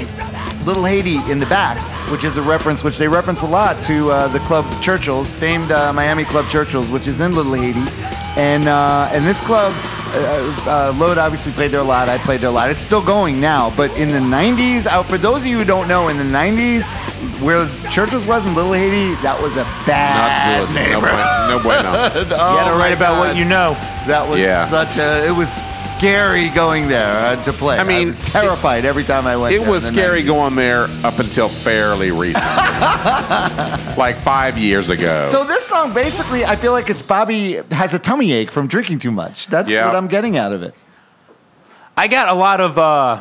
[SPEAKER 4] Little Haiti in the back, which is a reference, which they reference a lot to uh, the club Churchill's, famed uh, Miami club Churchill's, which is in Little Haiti, and uh, and this club. Uh, uh, Load obviously played there a lot. I played there a lot. It's still going now, but in the 90s, out for those of you who don't know, in the 90s, where Churchill's was in Little Haiti, that was a bad
[SPEAKER 5] Not good.
[SPEAKER 4] neighborhood.
[SPEAKER 5] No, bueno- no bueno.
[SPEAKER 4] you
[SPEAKER 6] You gotta write about what you know.
[SPEAKER 4] Oh That was
[SPEAKER 5] Yeah.
[SPEAKER 4] such a. It was scary going there uh, to play.
[SPEAKER 5] I mean,
[SPEAKER 4] was terrified every time I went.
[SPEAKER 5] It
[SPEAKER 4] there
[SPEAKER 5] was
[SPEAKER 4] in the
[SPEAKER 5] scary
[SPEAKER 4] 90s.
[SPEAKER 5] going there up until fairly recently, like five years ago.
[SPEAKER 4] So this song, basically, I feel like it's Bobby has a tummy ache from drinking too much. That's
[SPEAKER 5] Yeah.
[SPEAKER 4] what I'm getting out of it.
[SPEAKER 6] I got a lot of uh,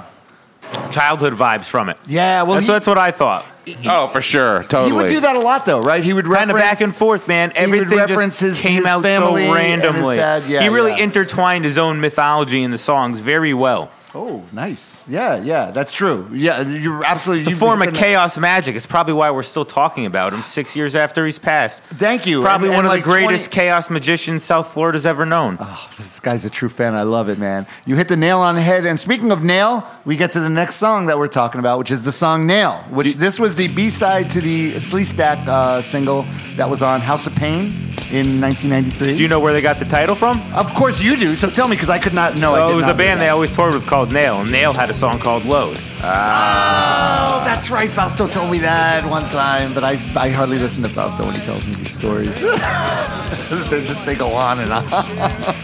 [SPEAKER 6] childhood vibes from it.
[SPEAKER 4] Yeah, well,
[SPEAKER 6] that's,
[SPEAKER 4] he-
[SPEAKER 6] that's what I thought.
[SPEAKER 5] oh, for sure, totally.
[SPEAKER 4] He would do that a lot, though, right? He would
[SPEAKER 6] Kind
[SPEAKER 4] reference
[SPEAKER 6] of back and forth, man.
[SPEAKER 4] he would
[SPEAKER 6] Everything
[SPEAKER 4] reference
[SPEAKER 6] just
[SPEAKER 4] his-
[SPEAKER 6] came
[SPEAKER 4] his
[SPEAKER 6] out so
[SPEAKER 4] family and his
[SPEAKER 6] randomly.
[SPEAKER 4] dad. Yeah,
[SPEAKER 6] he really
[SPEAKER 4] yeah.
[SPEAKER 6] intertwined his own mythology in the songs very well.
[SPEAKER 4] Oh, nice. Yeah, yeah, that's true. Yeah, you're absolutely.
[SPEAKER 6] It's a
[SPEAKER 4] you-
[SPEAKER 6] form
[SPEAKER 4] you
[SPEAKER 6] of
[SPEAKER 4] can-
[SPEAKER 6] chaos magic. It's probably why we're still talking about him six years after he's passed.
[SPEAKER 4] Thank you.
[SPEAKER 6] Probably
[SPEAKER 4] And-
[SPEAKER 6] one
[SPEAKER 4] and
[SPEAKER 6] of
[SPEAKER 4] like Ah.
[SPEAKER 6] the
[SPEAKER 4] 20
[SPEAKER 6] greatest chaos magicians South Florida's ever known.
[SPEAKER 4] This guy's a true fan. I love it, man. You hit the nail on the head. And speaking of nail, we get to the next song that we're talking about, which is the song Nail, which this was the B side to the Slee Stack uh, single that was on House of Pain in 1993.
[SPEAKER 6] Do you know where they got the title from?
[SPEAKER 4] Of course you do. So tell me, because I could not know. I
[SPEAKER 6] Oh,
[SPEAKER 4] did
[SPEAKER 6] it was
[SPEAKER 4] not
[SPEAKER 6] a
[SPEAKER 4] know
[SPEAKER 6] band
[SPEAKER 4] that.
[SPEAKER 6] they always toured with called Nail, and Nail had a song called Load.
[SPEAKER 4] Oh, that's that's right. Fausto told me that one time, but I, I hardly listen to Fausto when he tells me these stories. They're just they go on and on.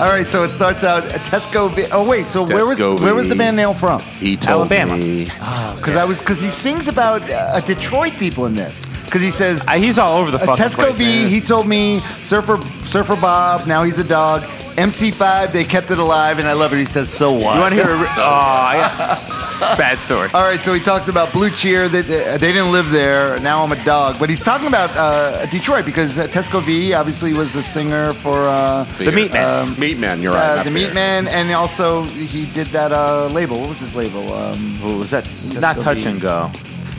[SPEAKER 4] All right, so it starts out uh, Tesco. Vi- oh wait, so where was
[SPEAKER 1] Tesco
[SPEAKER 4] where was the
[SPEAKER 1] Vi.
[SPEAKER 4] band Nail from?
[SPEAKER 1] He told
[SPEAKER 6] Alabama.
[SPEAKER 1] me
[SPEAKER 4] Because I was because he sings about uh, Detroit people in this. Because he says
[SPEAKER 6] I, he's all over the
[SPEAKER 4] uh,
[SPEAKER 6] fucking
[SPEAKER 4] Tesco
[SPEAKER 6] place,
[SPEAKER 4] V.
[SPEAKER 6] man.
[SPEAKER 4] He told me Surfer Surfer Bob. Now he's a dog. MC5. They kept it alive, and I love it. He says, "So what?"
[SPEAKER 6] You want to hear? A, re- oh, I, bad story.
[SPEAKER 4] All right, so he talks about Blue Cheer. They, they, they didn't live there. Now I'm a dog. But he's talking about uh, Detroit because uh, Tesco V obviously was the singer for uh,
[SPEAKER 6] The Meat Man.
[SPEAKER 1] Um, meat man, you're right.
[SPEAKER 4] uh,
[SPEAKER 1] not
[SPEAKER 4] the Meat
[SPEAKER 1] fair.
[SPEAKER 4] Man, and also he did that uh, label. What was his label? Um,
[SPEAKER 6] Ooh, was that not
[SPEAKER 4] Tesco
[SPEAKER 6] touch
[SPEAKER 4] V.
[SPEAKER 6] and go?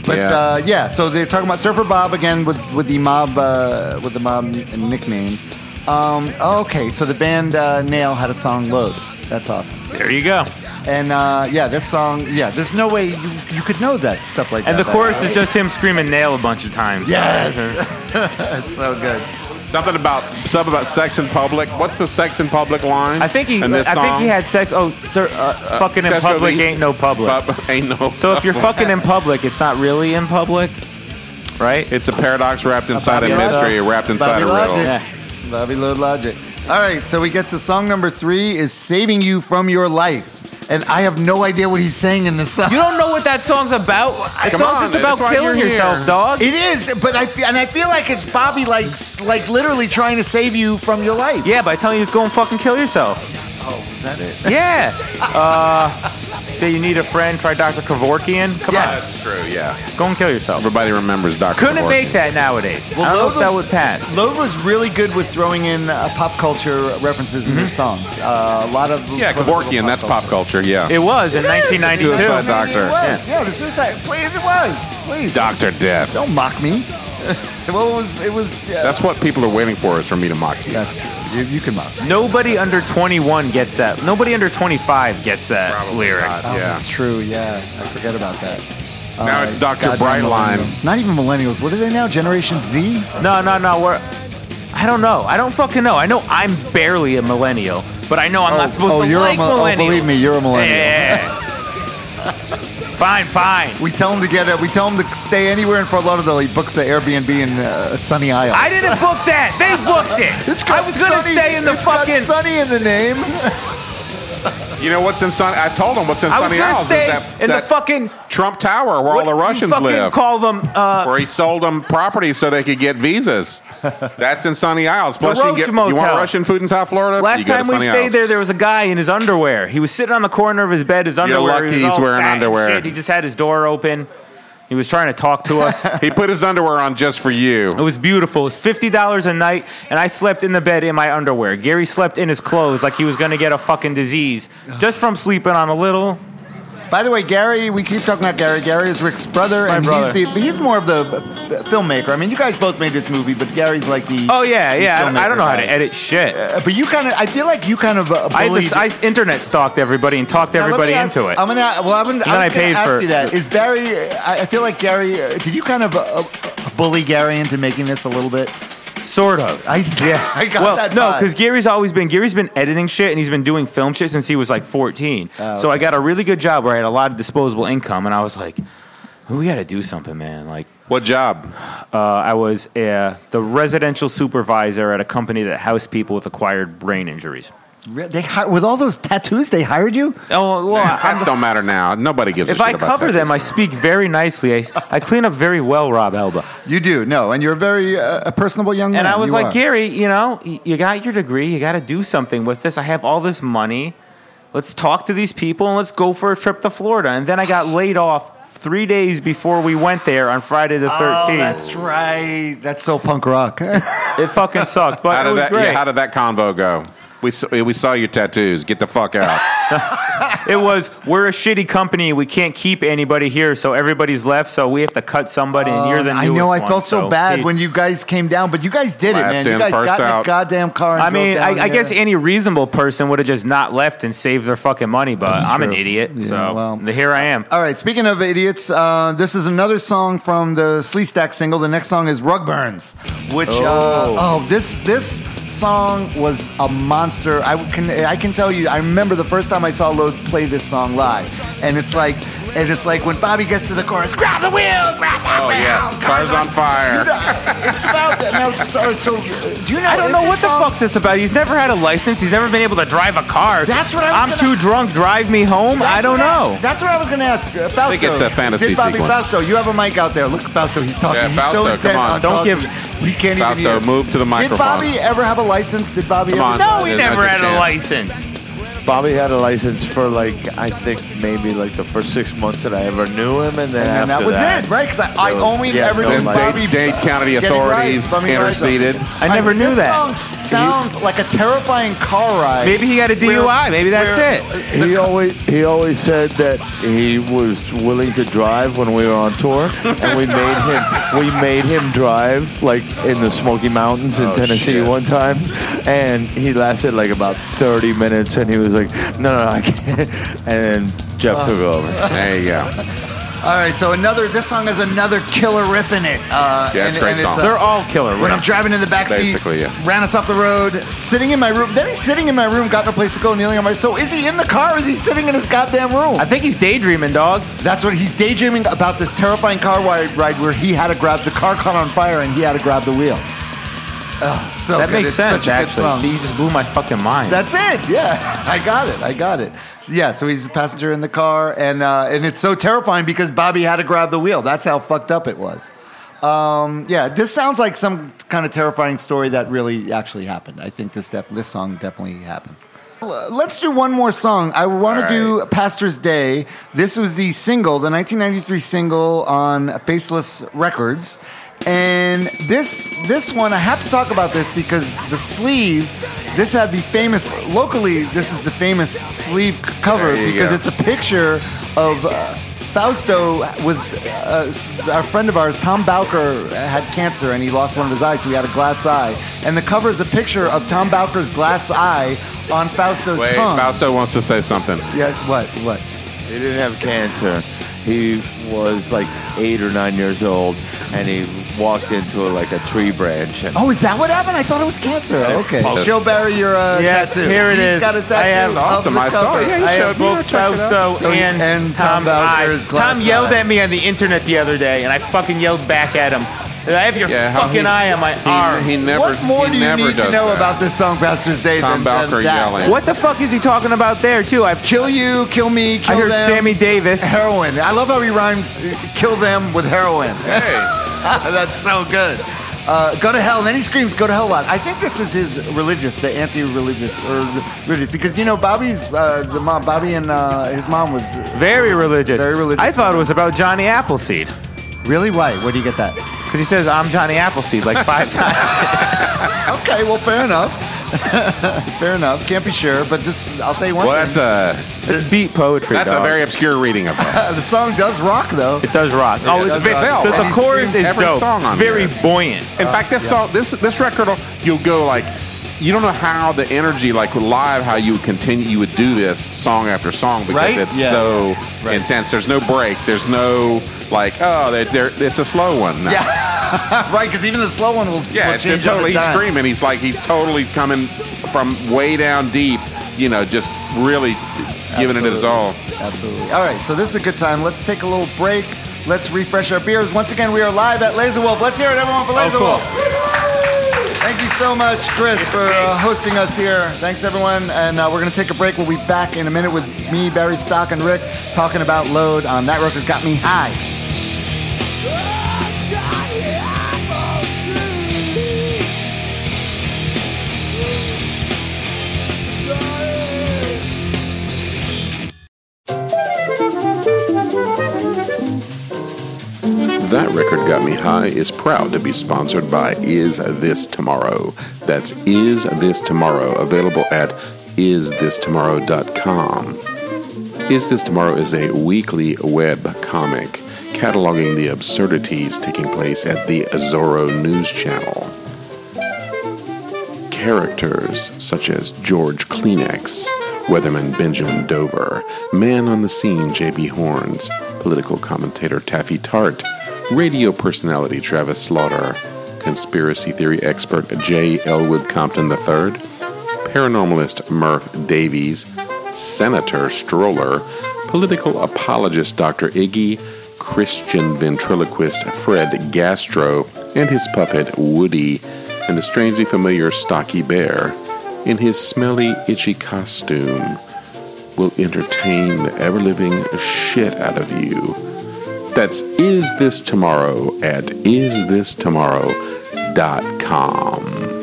[SPEAKER 4] but
[SPEAKER 1] Yeah.
[SPEAKER 4] yeah. Uh, yeah, so they're talking about Surfer Bob again with with the mob uh, with the mob n- nicknames. Um, okay, so the band uh, Nail had a song "Load." That's awesome.
[SPEAKER 6] There you go.
[SPEAKER 4] And uh, yeah, this song, yeah, there's no way you, you could know that stuff like
[SPEAKER 6] And
[SPEAKER 4] that.
[SPEAKER 6] the chorus is just him screaming nail a bunch of times.
[SPEAKER 4] Yes. That's so good.
[SPEAKER 5] Something about something about sex in public. What's the sex in public line?
[SPEAKER 6] I think he.
[SPEAKER 5] In
[SPEAKER 6] I
[SPEAKER 5] this
[SPEAKER 6] think
[SPEAKER 5] song?
[SPEAKER 6] he had sex. Oh, sir, uh, fucking in
[SPEAKER 5] Tesco
[SPEAKER 6] public
[SPEAKER 5] V.
[SPEAKER 6] ain't no public.
[SPEAKER 5] Pub- ain't no.
[SPEAKER 6] So if you're fucking in public, it's not really in public, right?
[SPEAKER 5] it's a paradox wrapped inside a
[SPEAKER 4] Bobby Logic.
[SPEAKER 5] mystery, wrapped inside a
[SPEAKER 4] Bobby
[SPEAKER 5] riddle.
[SPEAKER 4] Logic. Bobby Load Logic. All right, so we get to song number three is Saving You From Your Life. And I have no idea what he's saying in this song.
[SPEAKER 6] You don't know what that song's about. That song's
[SPEAKER 5] Come on,
[SPEAKER 6] just
[SPEAKER 5] man,
[SPEAKER 6] about
[SPEAKER 5] that's why
[SPEAKER 6] killing
[SPEAKER 5] you're here.
[SPEAKER 6] yourself, dog.
[SPEAKER 4] It is, but I feel, and I feel like it's Bobby like like literally trying to save you from your life.
[SPEAKER 6] Yeah, by telling you to go and fucking kill yourself.
[SPEAKER 4] Oh, is that it?
[SPEAKER 6] Yeah. Uh, say you need a friend, try Dr. Kevorkian. Come
[SPEAKER 4] Yes.
[SPEAKER 5] That's true. Yeah.
[SPEAKER 6] on, go and kill yourself.
[SPEAKER 5] Everybody remembers Doctor.
[SPEAKER 6] Couldn't make that nowadays.
[SPEAKER 4] Well,
[SPEAKER 6] I don't know if
[SPEAKER 4] those-
[SPEAKER 6] that would pass.
[SPEAKER 4] Load was really good with throwing in uh, pop culture references in their songs. Uh, a lot of
[SPEAKER 5] Yeah, Kevorkian. That's pop culture. Yeah.
[SPEAKER 6] It was in
[SPEAKER 5] Suicide
[SPEAKER 6] 1992.
[SPEAKER 5] Doctor.
[SPEAKER 4] It was. Yeah. the suicide. Please, it was. Please.
[SPEAKER 5] Doctor Death.
[SPEAKER 4] Don't mock me. well, it was. It was. Yeah.
[SPEAKER 5] That's what people are waiting for is for me to mock you.
[SPEAKER 4] That's true. You, you can mock.
[SPEAKER 6] Nobody under 21 gets that. Nobody under 25 gets that lyric.
[SPEAKER 4] Oh,
[SPEAKER 5] yeah.
[SPEAKER 4] that's true. Yeah, I forget about that. Uh,
[SPEAKER 5] Now it's Dr.
[SPEAKER 4] goddamn
[SPEAKER 5] Brightline.
[SPEAKER 4] millennials. Not even millennials. What are they now? Generation Z?
[SPEAKER 6] No, no, no. We're. I don't know. I don't fucking know. I know I'm barely a millennial, but I know I'm
[SPEAKER 4] Oh,
[SPEAKER 6] not supposed
[SPEAKER 4] oh,
[SPEAKER 6] to
[SPEAKER 4] you're a
[SPEAKER 6] like
[SPEAKER 4] mil- oh,
[SPEAKER 6] millennials.
[SPEAKER 4] believe me, you're a millennial.
[SPEAKER 6] Yeah. fine, fine.
[SPEAKER 4] We tell them to get it. We tell them to stay anywhere in Fort Lauderdale. He books an Airbnb in uh, Sunny Isle.
[SPEAKER 6] I didn't book that. They booked it. I was gonna
[SPEAKER 4] Sunny-
[SPEAKER 6] stay in the
[SPEAKER 4] it's got
[SPEAKER 6] fucking.
[SPEAKER 4] Sunny in the name.
[SPEAKER 5] You know what's in Sunny? I told him what's in
[SPEAKER 6] I was
[SPEAKER 5] Sunny
[SPEAKER 6] gonna
[SPEAKER 5] Isles is
[SPEAKER 6] stay
[SPEAKER 5] that-
[SPEAKER 6] in the
[SPEAKER 5] that
[SPEAKER 6] fucking.
[SPEAKER 5] Trump Tower where all
[SPEAKER 6] what
[SPEAKER 5] the
[SPEAKER 6] you
[SPEAKER 5] Russians
[SPEAKER 6] fucking
[SPEAKER 5] live.
[SPEAKER 6] Call them. Uh,
[SPEAKER 5] where he sold them property so they could get visas. That's in Sunny Isles. Plus, you,
[SPEAKER 6] Roach
[SPEAKER 5] get, you
[SPEAKER 6] Motel.
[SPEAKER 5] want Russian food in South Florida? you
[SPEAKER 6] last
[SPEAKER 5] go to
[SPEAKER 6] time we
[SPEAKER 5] Sunny
[SPEAKER 6] stayed
[SPEAKER 5] Isles.
[SPEAKER 6] there, there was a guy in his underwear. He was sitting on the corner of his bed, his underwear.
[SPEAKER 5] lucky
[SPEAKER 6] he was
[SPEAKER 5] he's
[SPEAKER 6] all
[SPEAKER 5] wearing
[SPEAKER 6] fat and
[SPEAKER 5] underwear.
[SPEAKER 6] shit. He just had his door open. He was trying to talk to us.
[SPEAKER 5] He put his underwear on just for
[SPEAKER 6] It
[SPEAKER 5] you.
[SPEAKER 6] was beautiful. It was fifty dollars a night, and I slept in the bed in my underwear. Gary slept in his clothes like he was gonna get a fucking disease just from sleeping on a little.
[SPEAKER 4] By the way, Gary, we keep talking about Gary. Gary is Rick's brother,
[SPEAKER 6] my
[SPEAKER 4] and
[SPEAKER 6] brother.
[SPEAKER 4] he's the, he's more of the uh, filmmaker. I mean, you guys both made this movie, but Gary's like the
[SPEAKER 6] Oh yeah,
[SPEAKER 4] the
[SPEAKER 6] yeah. I, I don't know how
[SPEAKER 4] filmmaker
[SPEAKER 6] to
[SPEAKER 4] guy.
[SPEAKER 6] edit shit.
[SPEAKER 4] Uh, But you kind of, I feel like you kind of uh,
[SPEAKER 6] I,
[SPEAKER 4] bullied.
[SPEAKER 6] just, I internet stalked everybody and talked
[SPEAKER 4] Now, let me
[SPEAKER 6] everybody
[SPEAKER 4] ask-
[SPEAKER 6] into it.
[SPEAKER 4] I'm gonna. Well, I'm gonna.
[SPEAKER 6] And then
[SPEAKER 4] I
[SPEAKER 6] I
[SPEAKER 4] was gonna
[SPEAKER 6] paid
[SPEAKER 4] ask
[SPEAKER 6] for-
[SPEAKER 4] you that. Is Barry? I, I feel like Gary. uh, Did you kind of uh, uh, bully Gary into making this a little bit?
[SPEAKER 6] sort of.
[SPEAKER 4] I yeah. I got
[SPEAKER 6] well,
[SPEAKER 4] that.
[SPEAKER 6] no,
[SPEAKER 4] vibe.
[SPEAKER 6] because Gary's always been Gary's been editing shit and he's been doing film shit since he was like 14.
[SPEAKER 4] Oh,
[SPEAKER 6] So I got a really good job where I had a lot of disposable income, and I was like, "We got to do something, man." Like,
[SPEAKER 5] What job?
[SPEAKER 6] Uh, I was uh, the residential supervisor at a company that housed people with acquired brain injuries.
[SPEAKER 4] Re- they hi- with all those tattoos they hired you.
[SPEAKER 6] Oh well,
[SPEAKER 5] Tats don't matter now. Nobody gives a
[SPEAKER 6] if
[SPEAKER 5] shit
[SPEAKER 6] I
[SPEAKER 5] about
[SPEAKER 6] cover
[SPEAKER 5] tattoos.
[SPEAKER 6] them, I speak very nicely. I, s- I clean up very well, Rob Elba.
[SPEAKER 4] You do no, and you're a very uh, a personable young man.
[SPEAKER 6] And I was
[SPEAKER 4] You
[SPEAKER 6] like,
[SPEAKER 4] are.
[SPEAKER 6] Gary, you know, y- you got your degree. You got to do something with this. I have all this money. Let's talk to these people and let's go for a trip to Florida. And then I got laid off three days before we went there on Friday the 13th.
[SPEAKER 4] Oh, that's right. That's so punk rock.
[SPEAKER 6] it fucking sucked, but
[SPEAKER 5] How
[SPEAKER 6] it
[SPEAKER 5] did
[SPEAKER 6] was
[SPEAKER 5] that?
[SPEAKER 6] great.
[SPEAKER 5] Yeah, how did that convo go? We saw, we saw your tattoos. Get the fuck out.
[SPEAKER 6] It was we're a shitty company. We can't keep anybody here, so everybody's left. So we have to cut somebody, and you're the
[SPEAKER 4] Oh, I
[SPEAKER 6] newest
[SPEAKER 4] know I
[SPEAKER 6] one,
[SPEAKER 4] felt so, bad
[SPEAKER 6] he-
[SPEAKER 4] when you guys came down, but you guys did it,
[SPEAKER 5] Last
[SPEAKER 4] man. You
[SPEAKER 5] in,
[SPEAKER 4] guys
[SPEAKER 5] first
[SPEAKER 4] got in the
[SPEAKER 5] out.
[SPEAKER 4] goddamn car. And
[SPEAKER 6] I
[SPEAKER 4] drove
[SPEAKER 6] mean,
[SPEAKER 4] down
[SPEAKER 6] I, I guess
[SPEAKER 4] here.
[SPEAKER 6] any reasonable person would have just not left and saved their fucking money, but I'm an
[SPEAKER 4] true.
[SPEAKER 6] idiot.
[SPEAKER 4] Yeah,
[SPEAKER 6] so
[SPEAKER 4] well.
[SPEAKER 6] here I am.
[SPEAKER 4] All right. Speaking of idiots, uh, this is another song from the Slee Stack single. The next song is Rug Burns, which oh, uh, oh this this song was a monster. I can I can tell you. I remember the first time I saw Load play this song live, and it's like And it's like when Bobby gets to the chorus, grab the wheels, grab the
[SPEAKER 5] Oh
[SPEAKER 4] wheels.
[SPEAKER 5] yeah, cars on fire.
[SPEAKER 4] it's about that. Now, so, so uh, do you know?
[SPEAKER 6] I don't
[SPEAKER 4] if
[SPEAKER 6] know
[SPEAKER 4] this
[SPEAKER 6] what the
[SPEAKER 4] song-
[SPEAKER 6] fuck's this about. He's never had a license. He's never been able to drive a car.
[SPEAKER 4] That's what I was
[SPEAKER 6] I'm
[SPEAKER 4] gonna-
[SPEAKER 6] too drunk. Drive me home.
[SPEAKER 4] That's
[SPEAKER 6] I don't
[SPEAKER 4] what
[SPEAKER 6] know.
[SPEAKER 4] that's what I was going to ask. Uh, Fausto,
[SPEAKER 5] think it's a fantasy
[SPEAKER 4] Did Bobby
[SPEAKER 5] sequence.
[SPEAKER 4] Fausto, you have a mic out there. Look at Fausto. He's talking.
[SPEAKER 5] Yeah,
[SPEAKER 4] He's so
[SPEAKER 5] Fausto, come
[SPEAKER 4] intent
[SPEAKER 5] on.
[SPEAKER 4] on
[SPEAKER 6] Don't
[SPEAKER 4] talking.
[SPEAKER 6] give-
[SPEAKER 4] We can't
[SPEAKER 5] Fausto,
[SPEAKER 4] even hear.
[SPEAKER 5] move to the microphone.
[SPEAKER 4] Did Bobby ever have a license? Did Bobby
[SPEAKER 5] Come
[SPEAKER 4] ever?
[SPEAKER 5] on.
[SPEAKER 6] No, he
[SPEAKER 5] There's
[SPEAKER 6] never
[SPEAKER 5] good
[SPEAKER 6] had
[SPEAKER 5] chance.
[SPEAKER 6] a license.
[SPEAKER 7] Bobby had a license for like I think maybe like the first six months that I ever knew him, and then
[SPEAKER 4] And that
[SPEAKER 7] after
[SPEAKER 4] was
[SPEAKER 7] that,
[SPEAKER 4] it, right? Because I, I
[SPEAKER 7] was-
[SPEAKER 4] only
[SPEAKER 7] yes,
[SPEAKER 4] ever
[SPEAKER 7] no
[SPEAKER 4] knew
[SPEAKER 7] license.
[SPEAKER 4] Bobby.
[SPEAKER 5] Dade County
[SPEAKER 4] getting
[SPEAKER 5] authorities
[SPEAKER 4] rice, Bobby Rice.
[SPEAKER 5] interceded.
[SPEAKER 6] I never knew
[SPEAKER 4] this
[SPEAKER 6] that.
[SPEAKER 4] Song sounds like a terrifying car ride.
[SPEAKER 6] Maybe he got a DUI. Maybe that's
[SPEAKER 4] We're-
[SPEAKER 6] it.
[SPEAKER 7] He always he always said that he was willing to drive when we were on tour, and we made him we made him drive like in the Smoky Mountains in Tennessee one time, and he lasted like about 30 minutes, and he was like, "No, no, I can't," and then Jeff took over.
[SPEAKER 5] There you go.
[SPEAKER 4] All right, so another. This song has another killer riff in it. Uh,
[SPEAKER 5] Yeah, it's a
[SPEAKER 4] and-
[SPEAKER 5] great
[SPEAKER 4] and
[SPEAKER 5] song.
[SPEAKER 4] uh,
[SPEAKER 6] They're all killer.
[SPEAKER 4] When I'm
[SPEAKER 6] riffs.
[SPEAKER 4] driving in the backseat,
[SPEAKER 5] Basically, yeah.
[SPEAKER 4] ran us off the road, sitting in my room. Then he's sitting in my room, got no place to go, kneeling on my. So is he in the car? Or is he sitting in his goddamn room?
[SPEAKER 6] I think he's daydreaming, dog.
[SPEAKER 4] That's what he's daydreaming about this terrifying car wi- ride where he had to grab the car caught on fire and he had to grab the wheel. Oh, so
[SPEAKER 6] That
[SPEAKER 4] good.
[SPEAKER 6] makes
[SPEAKER 4] It's
[SPEAKER 6] sense,
[SPEAKER 4] such a good song.
[SPEAKER 6] actually. You just blew my fucking mind.
[SPEAKER 4] That's it. Yeah, I got it. I got it. So, yeah, so he's a passenger in the car, and uh, and it's so terrifying because Bobby had to grab the wheel. That's how fucked up it was. Um, yeah, this sounds like some kind of terrifying story that really actually happened. I think this def- this song definitely happened. L- Let's do one more song. I want to do Pastor's Day. This was the single, the 1993 single on Faceless Records. And this this one I have to talk about this because the sleeve this had the famous locally this is the famous sleeve c- cover
[SPEAKER 5] There you
[SPEAKER 4] because
[SPEAKER 5] go.
[SPEAKER 4] it's a picture of uh, Fausto with uh, s- our friend of ours, Tom Bowker, had cancer and he lost one of his eyes, so he had a glass eye. And the cover is a picture of Tom Bowker's glass eye on Fausto's
[SPEAKER 5] Wait,
[SPEAKER 4] tongue.
[SPEAKER 5] Fausto wants to say something.
[SPEAKER 4] Yeah, what? What?
[SPEAKER 7] He didn't have cancer. He was like eight or nine years old, and he walked into like a tree branch, and
[SPEAKER 4] Oh, is that what happened? I thought it was cancer. Okay.
[SPEAKER 5] Oh,
[SPEAKER 4] Joe Barry, your uh,
[SPEAKER 6] Yes,
[SPEAKER 4] tattoo.
[SPEAKER 6] here it
[SPEAKER 4] it
[SPEAKER 6] is.
[SPEAKER 4] is. got a
[SPEAKER 6] I
[SPEAKER 4] tattoo.
[SPEAKER 6] have-
[SPEAKER 4] of
[SPEAKER 5] Awesome,
[SPEAKER 4] the
[SPEAKER 5] I saw
[SPEAKER 4] cover.
[SPEAKER 5] it. Yeah, you
[SPEAKER 6] I have
[SPEAKER 5] showed me. Yeah,
[SPEAKER 6] both
[SPEAKER 5] check it out.
[SPEAKER 6] Fausto
[SPEAKER 4] So he-
[SPEAKER 6] and,
[SPEAKER 4] and
[SPEAKER 6] Tom.
[SPEAKER 4] Tom Bowker's
[SPEAKER 6] I-
[SPEAKER 4] glass
[SPEAKER 6] Tom yelled
[SPEAKER 4] eye.
[SPEAKER 6] at me on the internet the other day, and I fucking yelled back at him. I have your
[SPEAKER 5] Yeah, how
[SPEAKER 6] fucking
[SPEAKER 5] he-
[SPEAKER 6] eye on my arm.
[SPEAKER 5] He, he never.
[SPEAKER 4] what more
[SPEAKER 5] he
[SPEAKER 4] do you
[SPEAKER 5] never
[SPEAKER 4] need to
[SPEAKER 5] does
[SPEAKER 4] know
[SPEAKER 5] that.
[SPEAKER 4] about this song, Pastor's Day? than,
[SPEAKER 5] Tom
[SPEAKER 4] than
[SPEAKER 5] Bowker
[SPEAKER 4] that?
[SPEAKER 5] yelling.
[SPEAKER 6] what the fuck is he talking about there too? I,
[SPEAKER 4] Kill you, kill me, kill
[SPEAKER 6] I heard
[SPEAKER 4] them.
[SPEAKER 6] Sammy Davis.
[SPEAKER 4] Heroin. I love how he rhymes uh, kill them with heroin.
[SPEAKER 5] Hey,
[SPEAKER 4] That's so good. Uh, go to hell, and then he screams, "Go to hell!" A lot. I think this is his religious, the anti-religious or religious, because you know Bobby's uh, the mom, Bobby and uh, his mom was
[SPEAKER 6] very religious.
[SPEAKER 4] Very religious.
[SPEAKER 6] I thought it was about Johnny Appleseed
[SPEAKER 4] really white. Where do you get that?
[SPEAKER 6] because he says I'm Johnny Appleseed like five times.
[SPEAKER 4] Okay, well, fair enough. fair enough. Can't be sure, but this I'll tell you one
[SPEAKER 5] well,
[SPEAKER 4] thing.
[SPEAKER 5] that's a
[SPEAKER 6] It's beat poetry.
[SPEAKER 5] that's a
[SPEAKER 6] dog.
[SPEAKER 5] very obscure reading of that.
[SPEAKER 4] the song does rock though.
[SPEAKER 6] It does rock. oh,
[SPEAKER 4] it
[SPEAKER 6] it's
[SPEAKER 4] does
[SPEAKER 6] ve-
[SPEAKER 4] rock.
[SPEAKER 6] the, the
[SPEAKER 4] Every-
[SPEAKER 6] chorus is
[SPEAKER 5] every
[SPEAKER 6] dope.
[SPEAKER 5] song on
[SPEAKER 6] it's very
[SPEAKER 5] there is-
[SPEAKER 6] buoyant.
[SPEAKER 5] In fact, this song, this this record, you'll go like, you don't know how the energy, like live, how you would continue, you would do this song after song because
[SPEAKER 4] Right?
[SPEAKER 5] it's
[SPEAKER 4] Yeah.
[SPEAKER 5] so intense. There's no break. There's no like, oh, they're, they're, it's a slow one. Now.
[SPEAKER 4] right, because even the slow one will
[SPEAKER 5] Yeah,
[SPEAKER 4] will
[SPEAKER 5] it's
[SPEAKER 4] change
[SPEAKER 5] just totally.
[SPEAKER 4] up
[SPEAKER 5] He's
[SPEAKER 4] and down.
[SPEAKER 5] screaming. He's like he's totally coming from way down deep. You know, just really giving it his all.
[SPEAKER 4] Absolutely. All right, so this is a good time. Let's take a little break. Let's refresh our beers. Once again, we are live at Laser Wolf. Let's hear it, everyone, for Laser Wolf. Thank you so much, Chris, for uh, hosting us here. Thanks, everyone. And uh, we're going to take a break. We'll be back in a minute with me, Barry Stock, and Rick talking about Load on That Record Got Me High.
[SPEAKER 1] That Record Got Me High is proud to be sponsored by Is This Tomorrow. That's Is This Tomorrow, available at isthistomorrow.com. Is This Tomorrow is a weekly web comic cataloging the absurdities taking place at the Azoro News Channel. Characters such as George Kleenex, Weatherman Benjamin Dover, man on the scene J.B. Horns, political commentator Taffy Tart, radio personality Travis Slaughter, conspiracy theory expert J. Elwood Compton III, paranormalist Murph Davies, Senator Stroller,
[SPEAKER 5] political apologist Dr. Iggy, Christian ventriloquist Fred Gastro, and his puppet Woody, and the strangely familiar Stocky Bear, in his smelly, itchy costume, will entertain the ever living shit out of you. That's Is This Tomorrow at isthistomorrow.com.